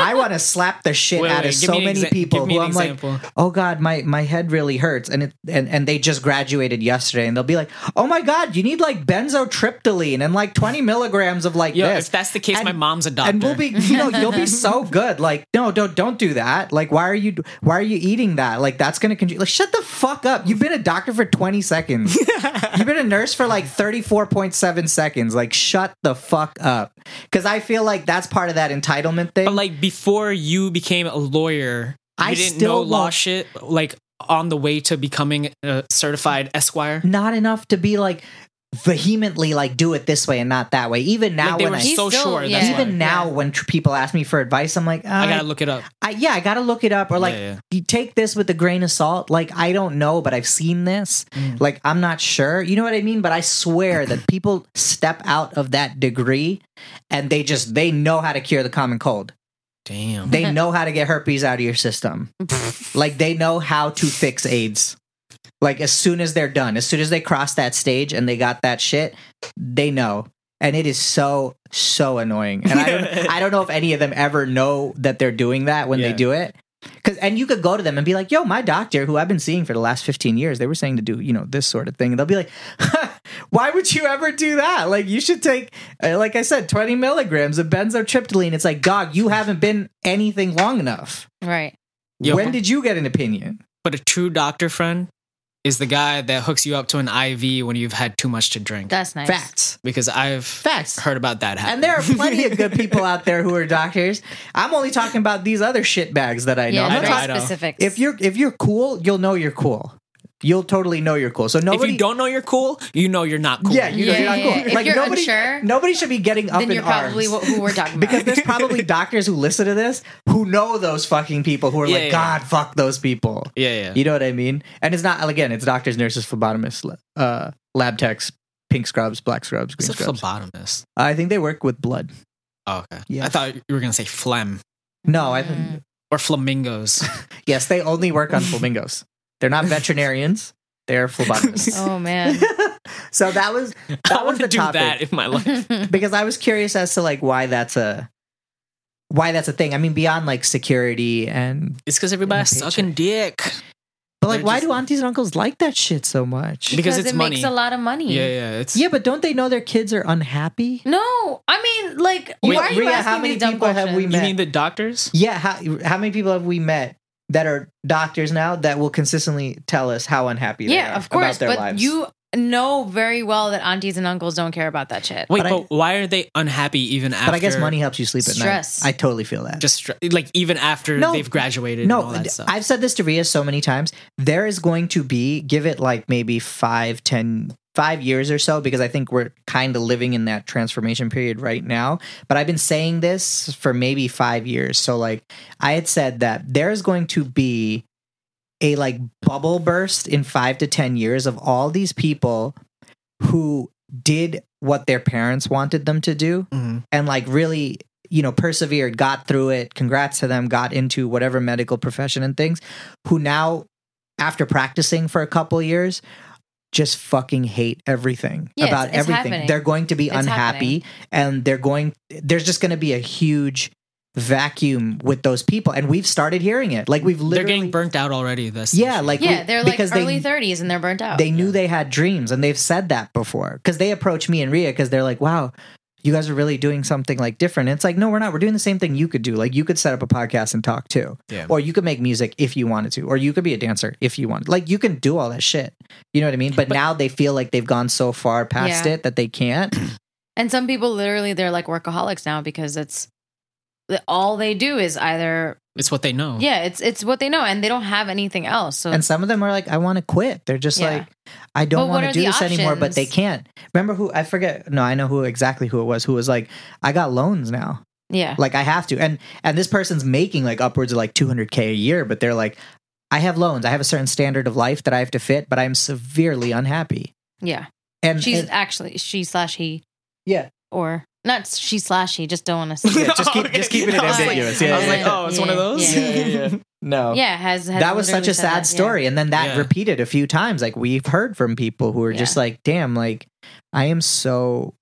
S2: I want to slap the shit
S3: Wait,
S2: out
S3: wait,
S2: of
S3: give
S2: so
S3: me an
S2: many
S3: exa-
S2: people
S3: give me
S2: who
S3: an
S2: I'm
S3: example.
S2: like, oh god, my my head really hurts, and it and and they just graduated yesterday, and they'll be like, oh my god, you need like benzotriptyline and like 20 milligrams of like
S3: Yo,
S2: this.
S3: if that's the case,
S2: And-
S3: my mom's a doctor.
S2: and we'll be, you know, you'll be so good. Like, no, don't, don't do that. Like, why are you, why are you eating that? Like, that's gonna, con- like, shut the fuck up. You've been a doctor for twenty seconds. You've been a nurse for like thirty four point seven seconds. Like, shut the fuck up. Because I feel like that's part of that entitlement thing.
S3: but like before you became a lawyer, you
S2: I
S3: didn't
S2: still
S3: know law
S2: won't-
S3: shit. Like on the way to becoming a certified esquire.
S2: not enough to be like vehemently like do it this way and not that way. Even now
S3: Like, they
S2: when
S3: were
S2: I.
S4: He's
S3: so
S4: still-
S3: sure.
S4: yeah.
S3: That's
S2: even
S3: why.
S2: now,
S4: Yeah.
S2: when tr- people ask me for advice, I'm like,
S3: I
S2: "Uh,
S3: gotta look it up.
S2: I, yeah, I gotta look it up, or like
S3: Yeah, yeah.
S2: you take this with a grain of salt. Like I don't know, but I've seen this.
S3: Mm.
S2: Like I'm not sure. You know what I mean? But I swear that people step out of that degree, and they just they know how to cure the common cold.
S3: Damn.
S2: They know how to get herpes out of your system. like they know how to fix AIDS. Like as soon as they're done, as soon as they cross that stage and they got that shit, they know. And it is so so annoying. And I don't I don't know if any of them ever know that they're doing that when
S3: Yeah.
S2: they do it. Cause and you could go to them and be like, "Yo, my doctor, who I've been seeing for the last fifteen years, they were saying to do you know this sort of thing," and they'll be like, "Why would you ever do that? Like, you should take, uh, like I said, twenty milligrams of benzotriptyline." It's like, dog, you haven't been anything long enough.
S4: right.
S3: Yo,
S2: When did you get an opinion?
S3: but a true doctor friend is the guy that hooks you up to an IV when you've had too much to drink.
S4: That's nice.
S2: Facts.
S3: because I've
S2: Facts.
S3: heard about that happening.
S2: And there are plenty of good people out there who are doctors. I'm only talking about these other shit bags that I know.
S4: Yeah,
S2: I'm
S3: I
S2: not
S4: very
S3: know,
S2: talking-
S3: I know.
S4: specifics.
S2: if you're if you're cool, you'll know you're cool. You'll totally know you're cool. So nobody.
S3: if you don't know you're cool, you know you're not cool.
S2: Yeah, you know,
S4: Yeah,
S2: you're not
S4: yeah,
S2: cool.
S4: yeah. If you're
S2: nobody,
S4: unsure,
S2: nobody should be getting up
S4: then
S2: in
S4: you're probably
S2: arms.
S4: wh- who we're talking
S2: because
S4: about.
S2: there's probably doctors who listen to this who know those fucking people who are
S3: Yeah,
S2: like,
S3: yeah.
S2: God, fuck those people.
S3: yeah, yeah.
S2: You know what I mean? And it's not again. It's doctors, nurses, phlebotomists, uh, lab techs, pink scrubs, black scrubs,
S3: It's
S2: green
S3: a
S2: scrubs.
S3: phlebotomist.
S2: I think they work with blood.
S3: Oh, okay.
S2: Yeah.
S3: I thought you were gonna say phlegm
S2: No, I
S4: Mm.
S3: or flamingos.
S2: yes, they only work on flamingos. They're not veterinarians. They're phlebotomists.
S4: oh man.
S2: so that was
S3: I
S2: that was
S3: want to
S2: the
S3: do
S2: topic.
S3: that in my life.
S2: because I was curious as to like why that's a why that's a thing. I mean, beyond like security and
S3: It's because everybody's
S2: paycheck.
S3: sucking dick.
S2: but like
S3: They're
S2: why
S3: just-
S2: do aunties and uncles like that shit so much?
S3: Because
S4: it
S3: it's money.
S4: makes a lot of money.
S3: Yeah, yeah. It's
S2: yeah, but don't they know their kids are unhappy?
S4: No, I mean, like,
S2: Wait,
S4: why are you
S2: Rhea,
S4: asking
S2: how many
S4: these dumb
S2: people have
S4: questions?
S2: we
S3: you
S2: met?
S3: mean the doctors?
S2: Yeah, how how many people have we met that are doctors now that will consistently tell us how unhappy they
S4: yeah,
S2: are
S4: of course,
S2: about their
S4: but
S2: lives?
S4: you know very well that aunties and uncles don't care about that shit.
S3: Wait,
S2: But I-
S3: but, why are they unhappy even after?
S2: but I guess money helps you sleep at
S4: Stress.
S2: night. I totally feel that.
S3: Just str- like even after
S2: No,
S3: they've graduated. and all
S2: no,
S3: that stuff.
S2: I've said this to Ria so many times. There is going to be give it like maybe five, ten, five years or so because I think we're kind of living in that transformation period right now. But I've been saying this for maybe five years. So like I had said that there is going to be a like bubble burst in five to ten years of all these people who did what their parents wanted them to do
S3: Mhm.
S2: and like really you know persevered got through it congrats to them got into whatever medical profession and things who now after practicing for a couple years just fucking hate everything
S4: Yeah, it's-
S2: about
S4: it's
S2: everything
S4: happening.
S2: they're going to be
S4: It's
S2: unhappy and they're going there's just going to be a huge vacuum with those people and we've started hearing it like we've
S3: They're
S2: literally
S3: getting burnt out already. This
S2: yeah like we-
S4: yeah, they're like
S2: because
S4: early
S2: they,
S4: 30s and they're burnt out.
S2: they knew they had dreams and they've said that before because they approach me and Rhea because they're like, wow, you guys are really doing something like different. And it's like, no, we're not. We're doing the same thing you could do. Like you could set up a podcast and talk too.
S3: Yeah.
S2: Or you could make music if you wanted to. Or you could be a dancer if you want. Like you can do all that shit. You know what I mean? But, now they feel like they've gone so far past
S4: Yeah.
S2: it that they can't.
S4: and some people literally they're like workaholics now because it's all they do is either
S3: It's what they know.
S4: yeah, it's it's what they know, and they don't have anything else. So
S2: And some of them are like, I want to quit. They're just
S4: Yeah.
S2: like, I
S4: But
S2: don't
S4: what
S2: want to
S4: are
S2: do
S4: the
S2: this anymore, but they
S4: options?
S2: can't. Remember who I forget no, I know who exactly who it was, who was like, I got loans now.
S4: yeah,
S2: Like I have to. And and this person's making like upwards of like two hundred K a year, but they're like, I have loans. I have a certain standard of life that I have to fit, but I'm severely unhappy.
S4: yeah.
S2: And
S4: She's
S2: and-
S4: actually she slash he
S2: yeah.
S4: or not she slash he. Just don't want to say.
S2: Yeah, just keep- just keep it
S3: I was like-
S2: ambiguous. Yeah,
S3: I was
S2: yeah,
S3: like,
S2: yeah.
S3: oh, it's one of
S4: Yeah,
S3: those.
S4: yeah, yeah,
S2: No.
S4: Yeah, has, has
S2: that was
S4: literally
S2: such a
S4: said
S2: sad
S4: that, yeah.
S2: story and then that
S3: Yeah.
S2: repeated a few times like we've heard from people who are just like damn like i am so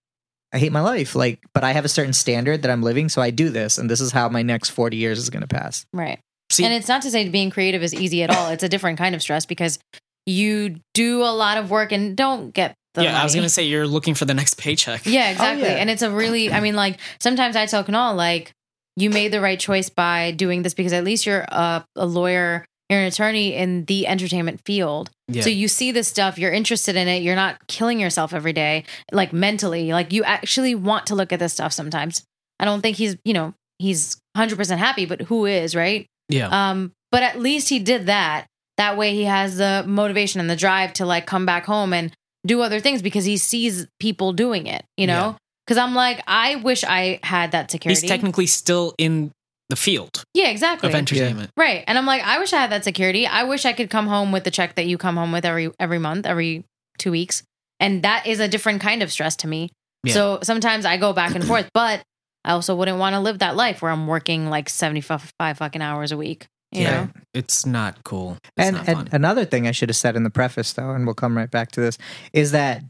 S2: i hate my life like but i have a certain standard that i'm living so i do this and this is how my next 40 years is going to pass
S4: right?
S3: See,
S4: and it's not to say being creative is easy at all. It's a different kind of stress because you do a lot of work and don't get the
S3: yeah, I was Oh,
S4: money.
S3: gonna say you're looking for the next paycheck.
S4: Yeah, exactly.
S2: yeah.
S4: And it's a really, I mean, like sometimes I tell Kunal, like, you made the right choice by doing this because at least you're a, a lawyer, you're an attorney in the entertainment field.
S3: Yeah.
S4: So you see this stuff, you're interested in it, you're not killing yourself every day, like mentally. Like you actually want to look at this stuff sometimes. I don't think he's, you know, he's 100% happy, but who is, right?
S3: yeah.
S4: Um, but at least he did that. That way he has the motivation and the drive to like come back home and do other things because he sees people doing it, you know? Cause I'm like, I wish I had that security.
S3: He's technically still in the field
S4: yeah, exactly.
S3: of entertainment.
S4: Right. And I'm like, I wish I had that security. I wish I could come home with the check that you come home with every every month, every two weeks. And that is a different kind of stress to me.
S3: Yeah.
S4: So sometimes I go back and forth, but I also wouldn't want to live that life where I'm working like 75 fucking hours a week. You
S3: Yeah.
S4: know?
S3: It's not cool. It's
S2: and,
S3: not fun.
S2: and another thing i should have said in the preface though and we'll come right back to this is that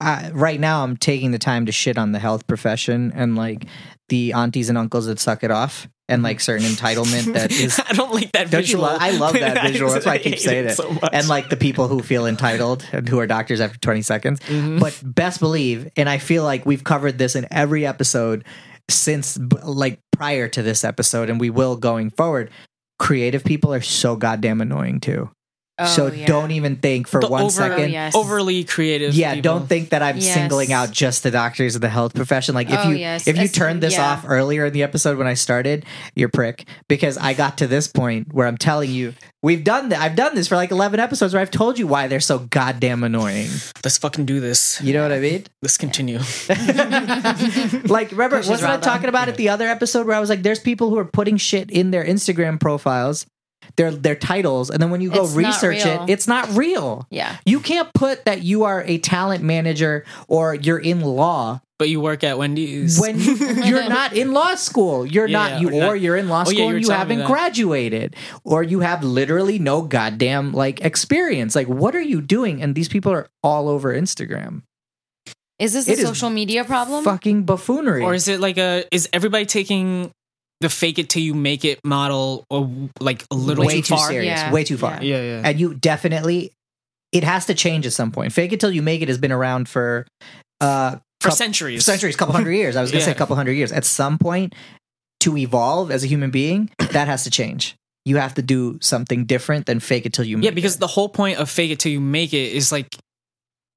S2: I, right now i'm taking the time to shit on the health profession and like the aunties and uncles that suck it off and like certain
S3: Mm-hmm.
S2: entitlement that is
S3: I don't like that
S2: Don't you
S3: visual.
S2: love- I love that visual. That's why I keep
S3: hate
S2: saying it.
S3: so much.
S2: and like the people who feel entitled and who are doctors after 20 seconds
S4: Mm-hmm.
S3: Mhm.
S2: but best believe and i feel like we've covered this in every episode since b- like prior to this episode and we will going forward creative people are so goddamn annoying too so
S4: Oh, yeah.
S2: don't even think for
S3: Oh, The
S2: one
S3: over-
S2: second.
S4: Oh, yes.
S3: overly creative.
S2: yeah
S3: people.
S2: don't think that i'm
S4: Yes.
S2: singling out just the doctors of the health profession like if
S4: Oh,
S2: you
S4: yes.
S2: if you
S4: It's-
S2: turned this
S4: yeah.
S2: off earlier in the episode when i started you're prick because i got to this point where i'm telling you we've done that i've done this for like 11 episodes where i've told you why they're so goddamn annoying
S3: Let's fucking do this.
S2: you know what i mean
S3: Let's continue.
S2: like remember
S4: Pushes
S2: wasn't i
S4: Rhonda.
S2: talking about it the other episode where i was like there's people who are putting shit in their instagram profiles their their titles and then when you go
S4: It's not
S2: research it
S4: real.
S2: it's not real
S4: Yeah.
S2: you can't put that you are a talent manager or you're in law
S3: But you work at Wendy's.
S2: when you're not in law school. You're
S3: Yeah,
S2: not you
S3: or not-
S2: or you're in law
S3: Oh, yeah,
S2: school
S3: you were
S2: and you
S3: telling me
S2: haven't
S3: that.
S2: graduated or you have literally no goddamn like experience. Like what are you doing? And these people are all over Instagram.
S4: Is this a
S2: It is
S4: social media problem?
S2: Fucking buffoonery.
S3: or is it like a? Is everybody taking the fake it till you make it model or like a little
S2: way
S3: too, far?
S2: serious.
S4: Yeah.
S2: Way too far.
S3: Yeah, yeah.
S2: And you definitely it has to change at some point. Fake it till you make it has been around for uh
S3: For
S2: couple-
S3: centuries.
S2: centuries, couple hundred years. I was gonna say
S3: Yeah.
S2: a couple hundred years. At some point, to evolve as a human being, that has to change. You have to do something different than fake it till you make
S3: Yeah,
S2: it.
S3: because the whole point of fake it till you make it is like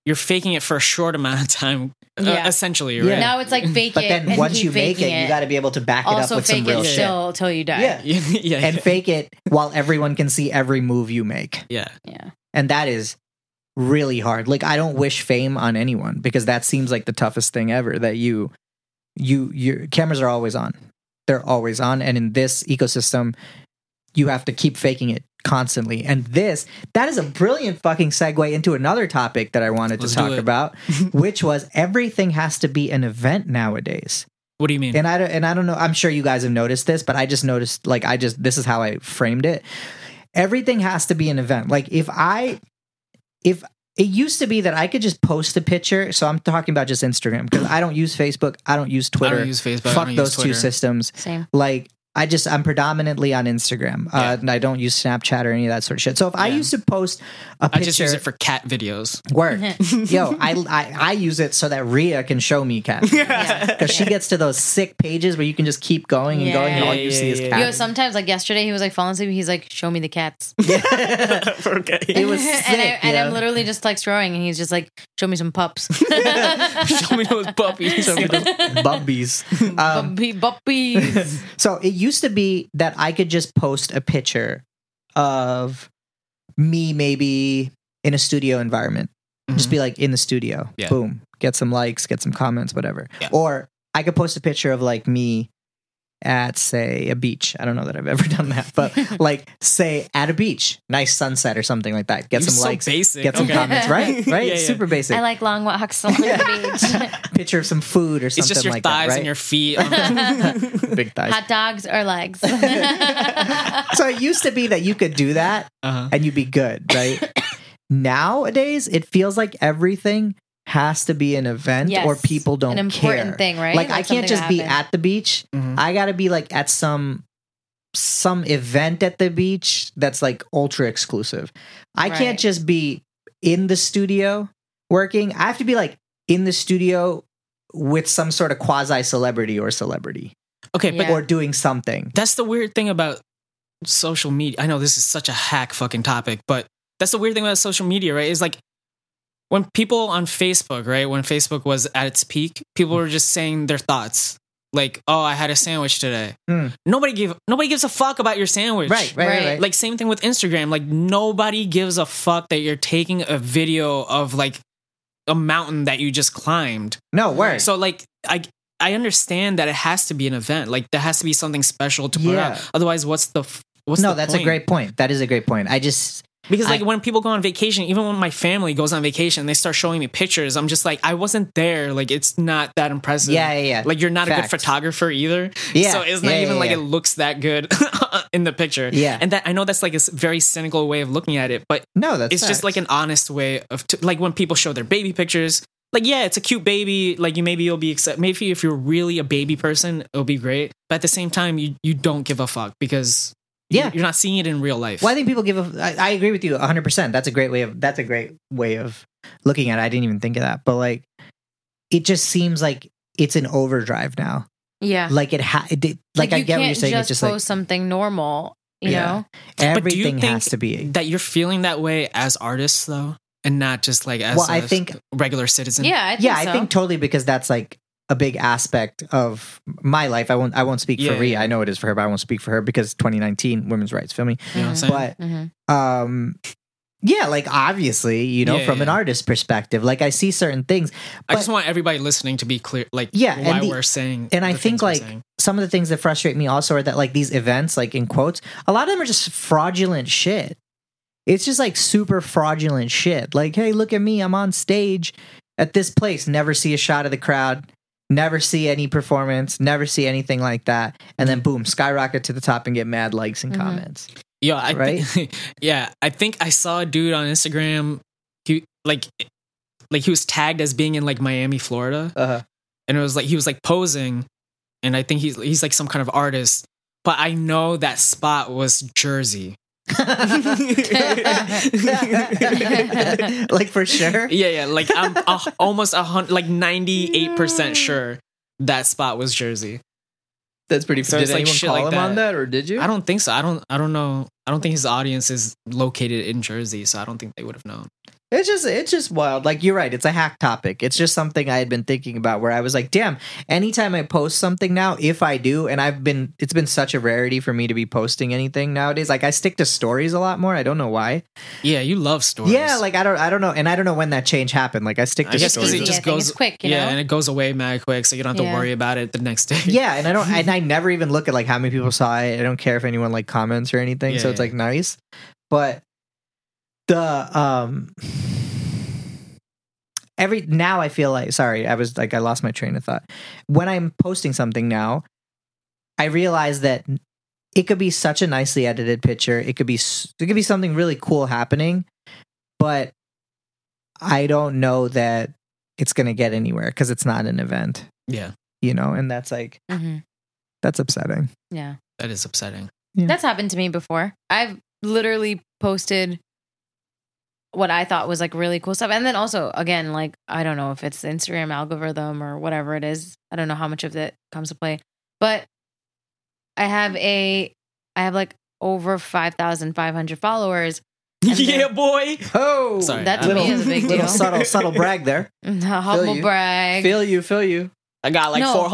S3: you're faking it for a short amount of time, uh,
S4: Yeah.
S3: essentially,
S2: Yeah.
S3: right?
S4: Now it's like fake
S2: But
S4: it.
S2: then
S4: and
S2: once
S4: keep
S2: you make it,
S4: faking
S2: you got to be able to back it
S4: also
S2: up with
S4: fake
S2: some real
S4: it
S2: shit.
S4: still till you die.
S2: Yeah.
S3: yeah, yeah,
S2: And fake it while everyone can see every move you make.
S3: yeah.
S4: Yeah.
S2: And that is really hard. Like I don't wish fame on anyone because that seems like the toughest thing ever that you you your cameras are always on. They're always on and in this ecosystem you have to keep faking it constantly. And this that is a brilliant fucking segue into another topic that I wanted
S3: Let's
S2: to
S3: do
S2: talk
S3: it.
S2: about, which was everything has to be an event nowadays
S3: What do you mean?
S2: and I don't, and I don't know. I'm sure you guys have noticed this, but I just noticed. Like I just this is how I framed it. Everything has to be an event. Like if I, if it used to be that I could just post a picture. So I'm talking about just Instagram because I don't use Facebook. I don't use Twitter.
S3: I don't use Facebook. I
S2: Fuck
S3: don't
S2: those
S3: use Twitter.
S2: two systems.
S4: Same.
S2: Like I just I'm predominantly on Instagram,
S3: Yeah.
S2: uh, and I don't use Snapchat or any of that sort of shit. So if I
S3: Yeah.
S2: used to post a
S3: I
S2: picture,
S3: just use it for cat videos.
S2: work. Yo, I, I I use it so that Rhea can show me cats
S4: Yeah.
S2: because she gets to those sick pages where you can just keep going and going, and
S4: Yeah.
S2: all you
S3: Yeah,
S2: see
S3: yeah,
S2: is
S3: yeah,
S2: cats.
S3: yeah.
S4: Yo, sometimes like yesterday, he was like falling asleep. He's like, "Show me the cats."
S3: okay.
S2: It was
S4: and, I,
S2: sick,
S4: and
S2: yeah.
S4: I'm literally just like scrolling, and he's just like, "Show me some pups."
S3: Show me those puppies.
S2: Show me those bubbies. Um,
S4: Puppy puppies.
S2: So it used to be that I could just post a picture of me maybe in a studio environment. Just
S3: Mhm.
S2: be like in the studio.
S3: Yeah.
S2: Boom. Get some likes, get some comments, whatever.
S3: Yeah.
S2: Or I could post a picture of like me at say a beach. I don't know that I've ever done that, but like say at a beach, nice sunset or something like that. Get
S3: You're
S2: some
S3: so
S2: likes,
S3: basic.
S2: get some
S3: Okay.
S2: comments, right? Right?
S3: Yeah, yeah.
S2: Super basic.
S4: I like long walks on the beach.
S2: picture of some food or something
S3: It's just your
S2: like
S3: thighs
S2: that, right?
S3: and your feet. on-
S2: big thighs.
S4: Hot dogs or legs.
S2: so it used to be that you could do that
S3: uh-huh.
S2: and you'd be good, right? Nowadays, it feels like everything has to be an event
S4: Yes.
S2: or people don't
S4: An important
S2: care.
S4: thing, right?
S2: Like, I can't
S4: something
S2: just
S4: that
S2: be
S4: happened.
S2: at the beach.
S3: Mhm.
S2: I got to be like at some some event at the beach that's like ultra exclusive. I
S4: Right.
S2: can't just be in the studio working. I have to be like in the studio with some sort of quasi celebrity or celebrity
S3: Okay, but
S4: Yeah.
S2: or doing something.
S3: that's the weird thing about social media. I know this is such a hack fucking topic, but that's the weird thing about social media, right? Is like when people on Facebook, right? When Facebook was at its peak,
S2: Hmm.
S3: people were just saying their thoughts. Like, oh, I had a sandwich today.
S2: Hmm.
S3: Nobody give nobody gives a fuck about your sandwich.
S2: Right, right, right.
S4: Right.
S2: right.
S3: Like same thing with Instagram. Like nobody gives a fuck that you're taking a video of like a mountain that you just climbed.
S2: no, worse.
S3: So like I I understand that it has to be an event. Like there has to be something special to put
S2: Yeah.
S3: out. Otherwise, what's the f- what's
S2: no,
S3: the
S2: that's
S3: point?
S2: a great point. That is a great point. I just
S3: because like
S2: I-
S3: when people go on vacation, even when my family goes on vacation, they start showing me pictures. I'm just like I wasn't there. Like it's not that impressive.
S2: yeah, yeah, yeah.
S3: Like you're not a good
S2: Fact.
S3: photographer either.
S2: Yeah.
S3: So it's not
S2: Yeah,
S3: even
S2: yeah,
S3: like
S2: yeah.
S3: it looks that good in the picture.
S2: Yeah.
S3: And that I know that's like a s- very cynical way of looking at it, but
S2: no, that's
S3: it's just
S2: facts.
S3: like an honest way of t- like when people show their baby pictures like yeah it's a cute baby like you maybe you'll be accept maybe if you're really a baby person it'll be great but at the same time you you don't give a fuck because you-
S2: Yeah.
S3: you're not seeing it in real life
S2: Well, I think people give a. I, I agree with you 100. percent That's a great way of. That's a great way of looking at. it. I didn't even think of that, but like, it just seems like it's an overdrive now.
S4: yeah.
S2: Like it. Ha- it did- like I
S4: you
S2: get what
S4: can't
S2: you're saying.
S4: Just
S2: it's just
S4: post
S2: like
S4: something normal, you
S2: Yeah.
S4: know.
S3: But do you
S2: everything
S3: think
S2: has to be.
S3: that you're feeling that way as artists though and not just like as
S2: Well, I
S3: a
S2: think-
S3: regular citizen
S4: Yeah, I think
S2: yeah,
S4: so.
S2: I think totally because that's like a big aspect of my life. I won't. I won't speak
S3: Yeah,
S2: for
S3: yeah,
S2: Rhea.
S3: yeah.
S2: I know it is for her, but I won't speak for her because 2019 women's rights. Feel me?
S3: you know what i'm saying
S2: But
S4: Mhm.
S2: um yeah like obviously you know
S3: Yeah,
S2: from an
S3: yeah.
S2: artist perspective like i see certain things
S3: i just
S2: but-
S3: want everybody listening to be clear like
S2: Yeah, and
S3: why
S2: the-
S3: we're saying
S2: and i
S3: the
S2: think
S3: things we're
S2: like
S3: saying.
S2: some of the things that frustrate me also are that like these events like in quotes a lot of them are just fraudulent shit it's just like super fraudulent shit like hey look at me i'm on stage at this place never see a shot of the crowd never see any performance never see anything like that and then boom skyrocket to the top and get mad likes and
S3: Mm-hmm.
S4: Mhm.
S2: comments
S3: Yeah, I thi- yeah, I think I saw a dude on Instagram. He like, like he was tagged as being in like Miami, Florida,
S2: uh-huh.
S3: and it was like he was like posing, and I think he's he's like some kind of artist. But I know that spot was Jersey. yeah,
S2: like for sure
S3: yeah, like I'm a, almost a hundred, like ninety eight percent sure that spot was Jersey.
S2: That's pretty.
S3: So
S2: did
S3: it's like
S2: anyone
S3: shit
S2: call
S3: like
S2: him on
S3: that.
S2: that, or did you?
S3: I don't think so. I don't. I don't know. I don't think his audience is located in Jersey, so I don't think they would have known.
S2: It's just, it's just wild. Like you're right. It's a hack topic. It's just something I had been thinking about. Where I was like, damn. Anytime I post something now, if I do, and I've been, it's been such a rarity for me to be posting anything nowadays. Like I stick to stories a lot more. I don't know why.
S3: Yeah, you love stories.
S2: Yeah, like I don't, I don't know, and I don't know when that change happened. Like I stick
S3: I
S2: to
S3: guess 'cause
S2: stories.
S3: it
S4: Easy,
S3: just
S4: I think
S3: goes-
S4: it's quick, you
S3: yeah,
S4: know?
S3: and it goes away mad quick, so you don't have to
S4: Yeah.
S3: worry about it the next day.
S2: yeah, and I don't, and I never even look at like how many people saw it. I don't care if anyone like comments or anything. so
S3: Yeah,
S2: it's
S3: yeah.
S2: like nice, but the um every now I feel like sorry, I was like I lost my train of thought. When I'm posting something now, I realize that it could be such a nicely edited picture. It could be s- it could be something really cool happening, but I don't know that it's going to get anywhere because it's not an event,
S3: yeah.
S2: you know, and that's like
S4: Mhm.
S2: that's upsetting.
S4: Yeah.
S3: That is upsetting.
S4: That's happened to me before. I've literally posted what I thought was like really cool stuff. And then also, again, like, I don't know if it's the Instagram algorithm or whatever it is. I don't know how much of that comes to play. But I have a, I have like over 5,500 followers. And then-
S3: yeah, boy.
S2: Oh,
S3: Sorry,
S4: that to
S3: I don't-
S4: me is a big
S2: little
S4: deal.
S2: subtle, subtle brag there.
S4: Humble
S2: you.
S4: brag.
S2: Feel you, feel you.
S3: I got like
S4: No.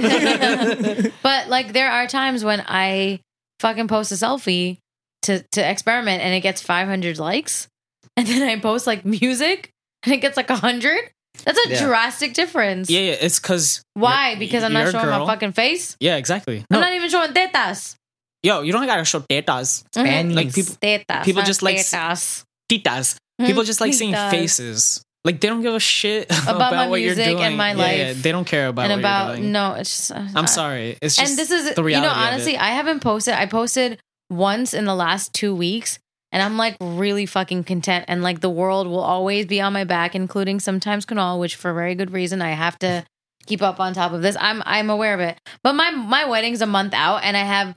S3: 400.
S4: But like there are times when I fucking post a selfie to to experiment and it gets 500 likes and then I post like music and it gets like 100. That's a
S2: Yeah.
S4: drastic difference.
S3: yeah, yeah, it's because.
S4: Why? Because I'm not showing my
S3: fucking.
S4: fucking face.
S3: Yeah, exactly.
S4: I'm
S3: No,
S4: not even showing tetas.
S3: yo, you don't gotta show tetas.
S2: Spaniards.
S3: Like people,
S4: Tetas.
S3: people
S4: not
S3: just like-
S4: tetas. Hmm?
S3: titas.
S4: Mm,
S3: People just like seeing
S4: Tetas.
S3: faces. Like they don't give a shit about,
S4: my
S3: what you're
S4: music
S3: doing
S4: and my
S3: Yeah,
S4: life.
S3: Yeah, they don't care about
S4: and
S3: what
S4: about
S3: you're doing.
S4: no, it's just uh,
S3: I'm sorry. It's just
S4: and this is
S3: the
S4: you
S3: reality
S4: know
S3: of it.
S4: honestly i haven't posted i posted once in the last two weeks and i'm like really fucking content and like the world will always be on my back including sometimes canal which for very good reason i have to keep up on top of this i'm i'm aware of it but my my wedding's a month out and i have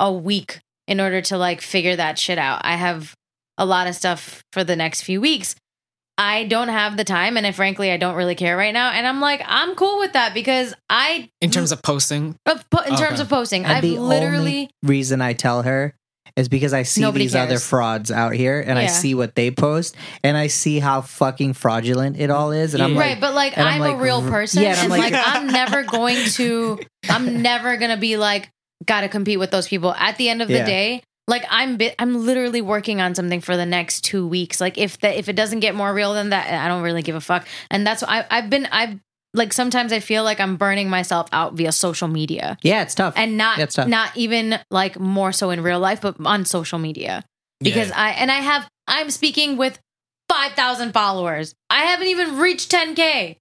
S4: a week in order to like figure that shit out i have a lot of stuff for the next few weeks i don't have the time and I, frankly i don't really care right now and i'm like i'm cool with that because i
S3: in terms of posting,
S4: of po- in terms
S3: Okay.
S4: of posting,
S2: And
S4: I've
S2: the
S4: literally
S2: only reason I tell her is because I see
S4: Nobody
S2: these other
S4: cares.
S2: frauds out here, and I
S4: Yeah.
S2: see what they post, and I see how fucking fraudulent it all is, and I'm
S3: Yeah.
S2: like,
S4: right, but like
S2: and I'm
S4: I'm,
S2: like,
S4: a real
S2: r-
S4: person,
S2: yeah, and
S4: and,
S2: I'm
S4: like,
S2: like-
S4: I'm never going to, I'm never gonna be like, gotta compete with those people. At the end of the
S2: Yeah.
S4: day, like I'm, bi- I'm literally working on something for the next two weeks. Like if the if it doesn't get more real than that, I don't really give a fuck. And that's why I, I've been, I've like sometimes I feel like I'm burning myself out via social media.
S2: yeah, it's tough.
S4: and not
S2: That's tough.
S4: not even like more so in real life but on social media because
S3: Yeah.
S4: i and i have i'm speaking with 5000 followers i haven't even reached 10k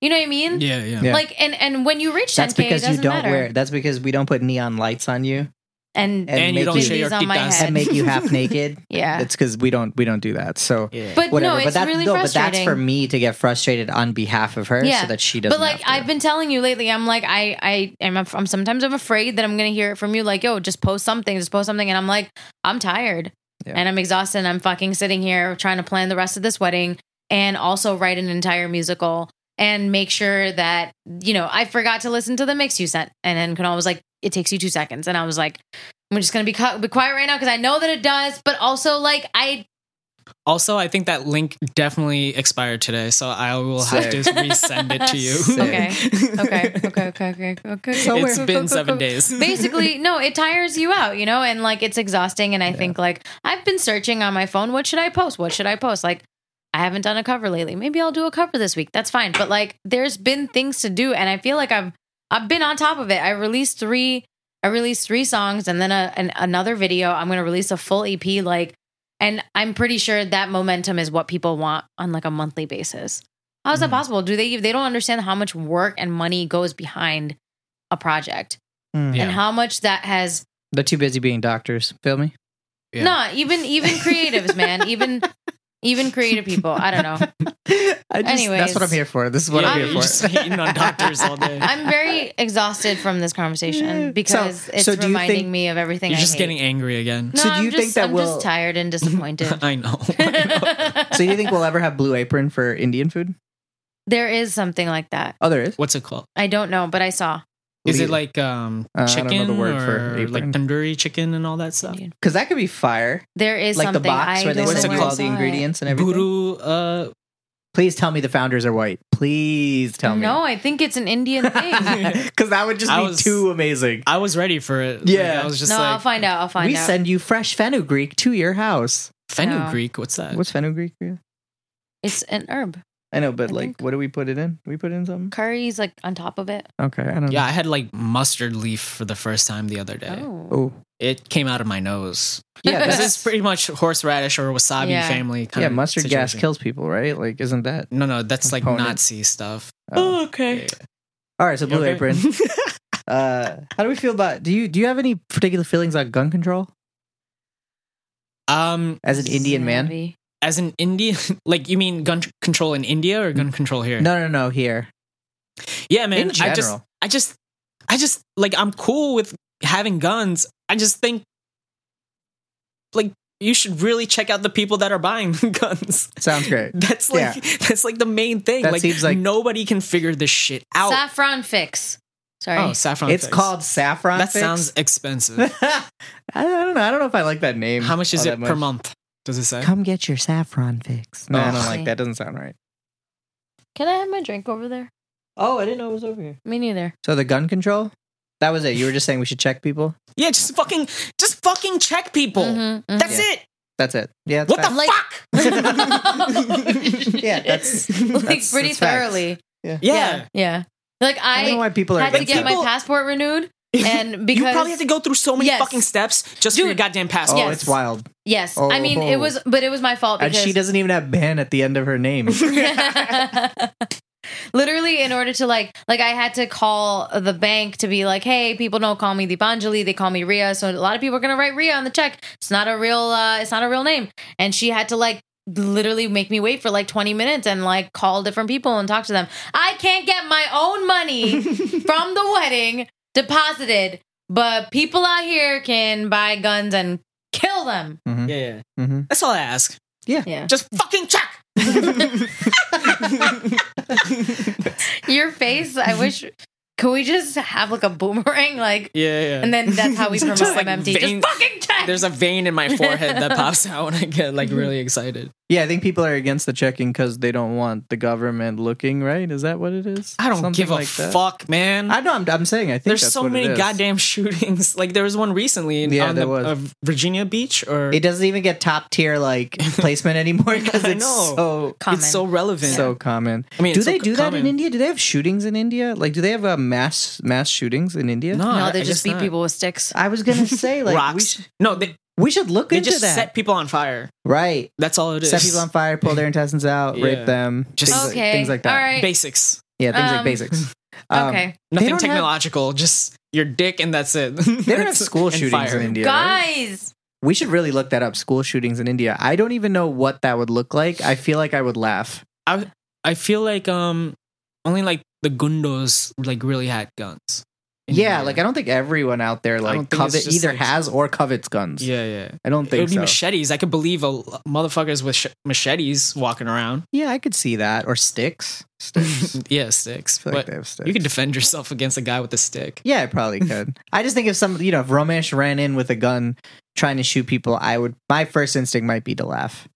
S4: you know what i mean
S3: yeah, yeah,
S2: Yeah.
S4: like and and when you reach 10k
S2: that's because
S4: it
S2: you
S4: doesn't
S2: don't
S4: matter
S2: wear. That's because we don't put neon lights on you
S4: and,
S2: And
S3: and, you
S2: make
S3: don't
S2: you-
S3: show your
S4: Babies on my
S3: titas.
S4: head.
S2: and make you half naked.
S4: yeah
S2: It's because we don't we don't do that. So
S3: Yeah.
S4: but
S2: whatever.
S4: no it's
S2: but that's
S4: really
S2: no, but
S4: frustrating
S2: that's for me to get frustrated on behalf of her,
S4: Yeah.
S2: so that she doesn't.
S4: but like
S2: have to.
S4: I've been telling you lately, I'm like I I am I'm, sometimes I'm afraid that I'm gonna hear it from you like yo just post something, just post something, and I'm like I'm tired
S2: Yeah.
S4: and I'm exhausted. and I'm fucking sitting here trying to plan the rest of this wedding and also write an entire musical and make sure that you know I forgot to listen to the mix you sent, and then Kunal was like it takes you two seconds, and I was like I'm just gonna be, cu- be quiet right now because I know that it does, but also like I
S3: Also, I think that link definitely expired today, so I will have to
S2: Sick.
S3: resend it to you.
S2: Sick. Oh
S4: Okay. okay okay okay okay okay.
S2: So
S3: it's
S4: Cool, cool,
S3: been
S4: cool,
S3: seven
S4: cool.
S3: days.
S4: basically no it tires you out you know and like it's exhausting and i think like i've been searching on my phone what should i post what should i post like i haven't done a cover lately maybe i'll do a cover this week that's fine but like there's been things to do and i feel like i've i've been on top of it i released three i released three songs and then a, an, another video i'm going to release a full ep like and i'm pretty sure that momentum is what people want on like a monthly basis how is that
S3: Mhm.
S4: possible do they they don't understand how much work and money goes behind a project
S2: Mm.
S3: Yeah.
S4: and how much that has
S2: They're too busy being doctors. Feel me?
S3: Yeah.
S4: no even even creatives man even even creative people i don't know
S2: I just, that's what
S4: Anyways.
S2: I'm here for. This is what
S3: yeah,
S2: I'm
S3: yeah,
S2: here
S3: you're
S2: for.
S3: just hating on doctors all day.
S4: i'm very exhausted from this
S2: Yeah.
S4: conversation because
S2: So-
S4: it's
S2: so do you
S4: reminding
S2: think-
S4: me of everything
S3: You're
S4: I
S3: just
S4: hate.
S3: getting angry again.
S4: no
S2: So do
S4: i'm,
S2: you
S4: just,
S2: think that
S4: I'm
S2: will-
S4: just tired and disappointed
S3: I know.
S2: so you think we'll ever have blue apron for Indian food?
S4: there is something like that
S2: Oh, there is.
S3: What's it called?
S4: i don't know but i saw
S3: Is it
S2: Leave.
S3: like um
S2: Uh, I don't know
S3: chicken
S2: the word for
S3: or
S2: apron.
S3: like tandoori chicken and all that stuff?
S2: Because that could be fire.
S4: there is
S2: like the
S4: something
S2: box
S4: I
S2: where they
S4: don't
S3: What's
S2: send
S4: know
S2: you
S3: where
S2: all
S4: I
S2: the
S4: saw it.
S2: ingredients and everything.
S3: Guru, uh,
S2: Please tell me the founders are white. Please tell me.
S4: no i think it's an indian thing no
S2: because that would just
S3: I
S2: be
S3: was-
S2: too amazing.
S3: I was ready for it. Like,
S2: Yeah.
S3: I was just
S4: i'll
S3: like
S4: find out i'll find
S2: we
S4: out
S2: send you fresh fenugreek to your house.
S3: fenugreek. What's that?
S2: What's fenugreek? Rhea?
S4: it's an herb
S2: I know, but
S4: I
S2: like,
S4: think-
S2: what do we put it in? We put it in something.
S4: curry's like on top of it
S2: Okay, I don't
S3: yeah, I had like mustard leaf for the first time the other day.
S4: oh
S2: know. Oh,
S3: It came out of my nose.
S2: yeah,
S3: This
S2: that's,
S3: is pretty much horseradish or wasabi
S4: Yeah.
S3: family. Kind
S2: yeah.
S3: of
S2: Mustard gas
S3: situation.
S2: kills people, right? Like, isn't that?
S3: No, no, that's like
S2: Component.
S3: Nazi stuff.
S2: Oh.
S3: okay.
S2: All right, so blue
S3: Okay.
S2: apron. Uh, how do we feel about? Do you do you have any particular feelings on gun control
S3: um,
S2: as an Indian man?
S4: Savvy.
S3: as an Indian, like you mean gun control in India or gun control here?
S2: Mm. No, no, no. Here,
S3: Yeah, man.
S2: in
S3: I just,
S2: general,
S3: I just, I just like I'm cool with having guns. I just think like you should really check out the people that are buying guns.
S1: Sounds great.
S3: That's like that's like the main thing.
S1: That
S3: like,
S1: seems like-
S3: nobody can figure this shit out.
S4: Saffron fix. Sorry.
S3: oh, saffron.
S2: It's
S3: fix.
S2: called Saffron.
S3: That
S2: Fix?
S3: sounds expensive.
S2: I, I don't know. I don't know if I like that name.
S3: How much is
S2: all
S3: it
S2: that
S3: per month? Does it say?
S2: Come get your Saffron fix. No, I don't like that. Doesn't sound right.
S4: Can I have my drink over there?
S2: Oh, I didn't know it was over here.
S4: Me neither.
S2: So the gun control. That was it. You were just saying we should check people.
S3: Yeah, just fucking, just fucking check people.
S4: Mhm, mhm.
S3: That's it.
S2: That's it. Yeah. that's
S3: What the
S2: fine.
S4: Like-
S3: fuck?
S2: Yeah, that's-
S4: like
S2: that's-
S4: pretty
S2: that's facts.
S4: thoroughly.
S3: Yeah.
S4: Yeah. Like
S2: I don't know
S4: I,
S2: why people are
S4: had to
S2: against
S4: get
S2: that.
S4: my passport renewed, and because
S3: you probably have to go through so many
S4: Yes.
S3: fucking steps just for your
S4: Dude.
S3: goddamn
S2: Oh,
S3: passport.
S4: Yes.
S2: it's wild.
S4: yes, I mean it
S2: Oh.
S4: was, but it was my fault
S2: And
S4: because
S2: she doesn't even have ban at the end of her name.
S4: Literally, in order to like, like I had to call the bank to be like, "Hey, people don't call me Deepanjali; they call me Ria." So a lot of people are gonna write Ria on the check. It's not a real, uh, it's not a real name. And she had to like literally make me wait for like 20 minutes and like call different people and talk to them. I can't get my own money from the wedding deposited, but people out here can buy guns and kill them.
S2: Mhm,
S3: Yeah, yeah.
S2: mhm.
S3: That's all I ask.
S4: Yeah,
S3: Just fucking check.
S4: your face. I wish. Could we just have like a boomerang, like?
S3: Yeah, yeah.
S4: And then that's how we promote
S3: Just, like,
S4: MMT.
S3: vein-
S4: Just fucking check.
S3: There's a vein in my forehead that pops out when I get like really excited.
S2: Yeah, I think people are against the checking because they don't want the government looking. Right? Is that what it is?
S3: I don't
S2: Something
S3: give a
S2: like that.
S3: fuck, man.
S2: I know. I'm, I'm saying. I think
S3: There's
S2: that's
S3: so
S2: what it
S3: many
S2: is.
S3: goddamn shootings. Like there was one recently in,
S2: Yeah,
S3: on
S2: there
S3: the,
S2: was.
S3: uh, Virginia Beach, or
S2: It doesn't even get top tier like placement anymore because
S3: I
S2: it's
S3: know.
S2: so
S4: Common.
S3: it's so relevant.
S2: so common.
S3: I mean,
S2: do
S3: it's so
S2: they do that in
S3: common.
S2: India? Do they have shootings in India? Like, do they have uh, mass mass shootings in India?
S3: No,
S4: no,
S3: I-
S4: they
S3: I guess
S4: just beat
S3: not.
S4: people with sticks.
S2: I was gonna say like We,
S3: Rocks.
S2: sh-
S3: no, they,
S2: we should look
S3: they
S2: into
S3: just
S2: that.
S3: set people on fire.
S2: right,
S3: That's all it is.
S2: set people on fire, pull their intestines out,
S3: Yeah.
S2: rape them,
S3: Just-
S2: things,
S4: okay.
S2: like, things like that.
S4: All right.
S3: Basics.
S2: Yeah, things
S4: Um,
S2: like basics. Um,
S4: okay.
S2: They
S3: Nothing
S2: don't have-
S3: technological. Just your dick, and that's it.
S2: They don't have school shootings in India. right?
S4: Guys.
S2: We should really look that up. School shootings in India. I don't even know what that would look like. I feel like I would laugh.
S3: I feel like um, only like the gundos like really had guns. in
S2: yeah,
S3: India.
S2: like I don't think everyone out there
S3: don't
S2: like
S3: think it's
S2: covet
S3: just,
S2: either
S3: like-
S2: has or covets guns.
S3: Yeah, yeah.
S2: I don't
S3: it
S2: think
S3: would be
S2: so.
S3: machetes. I could believe a motherfuckers with sh- machetes walking around.
S2: yeah, I could see that or sticks. Sticks.
S3: yeah, sticks.
S2: I feel like
S3: But
S2: they have sticks.
S3: you could defend yourself against a guy with a stick.
S2: Yeah, I probably could. I just think if some, you know, if Romesh ran in with a gun trying to shoot people, I would. My first instinct might be to laugh,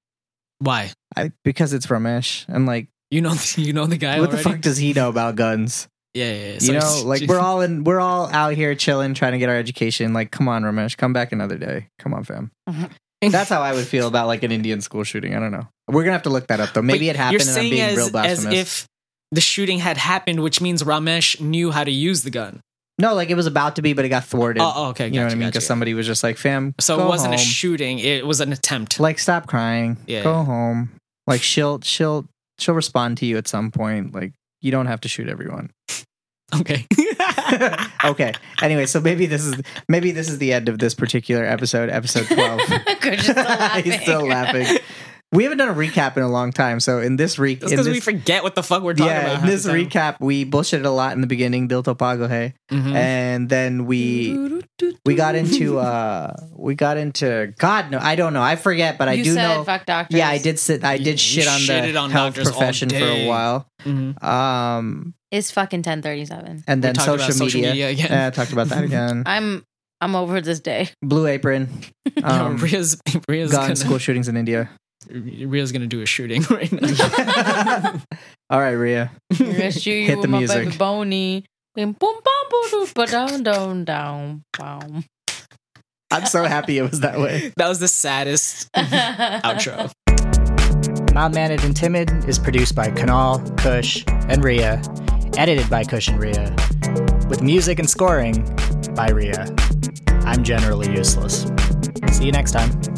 S3: Why?
S2: I, because it's Ramesh, and like,
S3: You know, you know the guy
S2: what
S3: already.
S2: the fuck does he know about guns?
S3: Yeah, yeah. yeah.
S2: you know,
S3: it's-
S2: like we're all in, we're all out here chilling, trying to get our education. Like, come on, Ramesh, come back another day. Come on, fam. That's how I would feel about like an Indian school shooting. I don't know. We're gonna have to look that up though. Maybe
S3: But
S2: it happened, and I'm being
S3: as,
S2: real blasphemous.
S3: As if the shooting had happened, which means Ramesh knew how to use the gun.
S2: no, like it was about to be, but it got thwarted.
S3: Oh, oh, okay.
S2: you
S3: gotcha,
S2: know what I mean?
S3: gotcha.
S2: Because somebody was just like, fam,
S3: so
S2: go
S3: it wasn't a
S2: home.
S3: shooting; it was an attempt.
S2: like stop crying
S3: Yeah.
S2: go home like she'll she'll she'll respond to you at some point like you don't have to shoot everyone
S3: okay.
S2: okay anyway so maybe this is maybe this is the end of this particular episode episode 12
S4: Good, just laughing.
S2: he's still laughing we haven't done a recap in a long time so in this re-
S3: That's
S2: in
S3: because
S2: this,
S3: we forget what the fuck we're talking
S2: yeah
S3: about.
S2: in this
S3: recap.
S2: recap we bullshitted a lot in the beginning dil topago hey
S3: Mm-hmm,
S2: and then we we got into uh we got into god no i don't know i forget but i
S4: you
S2: do
S4: said
S2: know
S4: fuck doctors.
S2: yeah, I did sit. I
S3: You
S2: did shit on the
S3: shitted on
S2: health
S3: doctors all
S2: profession for
S3: day.
S2: a while,
S3: mm-hmm.
S2: um,
S4: It's fucking ten thirty seven.
S2: and then social,
S3: about social
S2: media.
S3: media again.
S2: Yeah, I talked about that again.
S4: I'm I'm over this day.
S2: Blue Apron,
S3: Yeah,
S2: um,
S3: Ria's, Ria's
S2: gun
S3: gonna,
S2: school shootings in India.
S3: Ria's gonna do a shooting right now.
S2: All right, Ria.
S4: Rest you,
S2: Hit
S4: you
S2: the
S4: my
S2: music.
S4: baby bony. Boom, boom, boom, boom, boom, down, down, down, boom.
S2: I'm so happy it was that way.
S3: that was the saddest outro.
S5: Mild Mannered and Timid is produced by Kanal, Kush, and Ria, edited by Kush and Ria, with music and scoring by Ria. I'm generally useless. See you next time.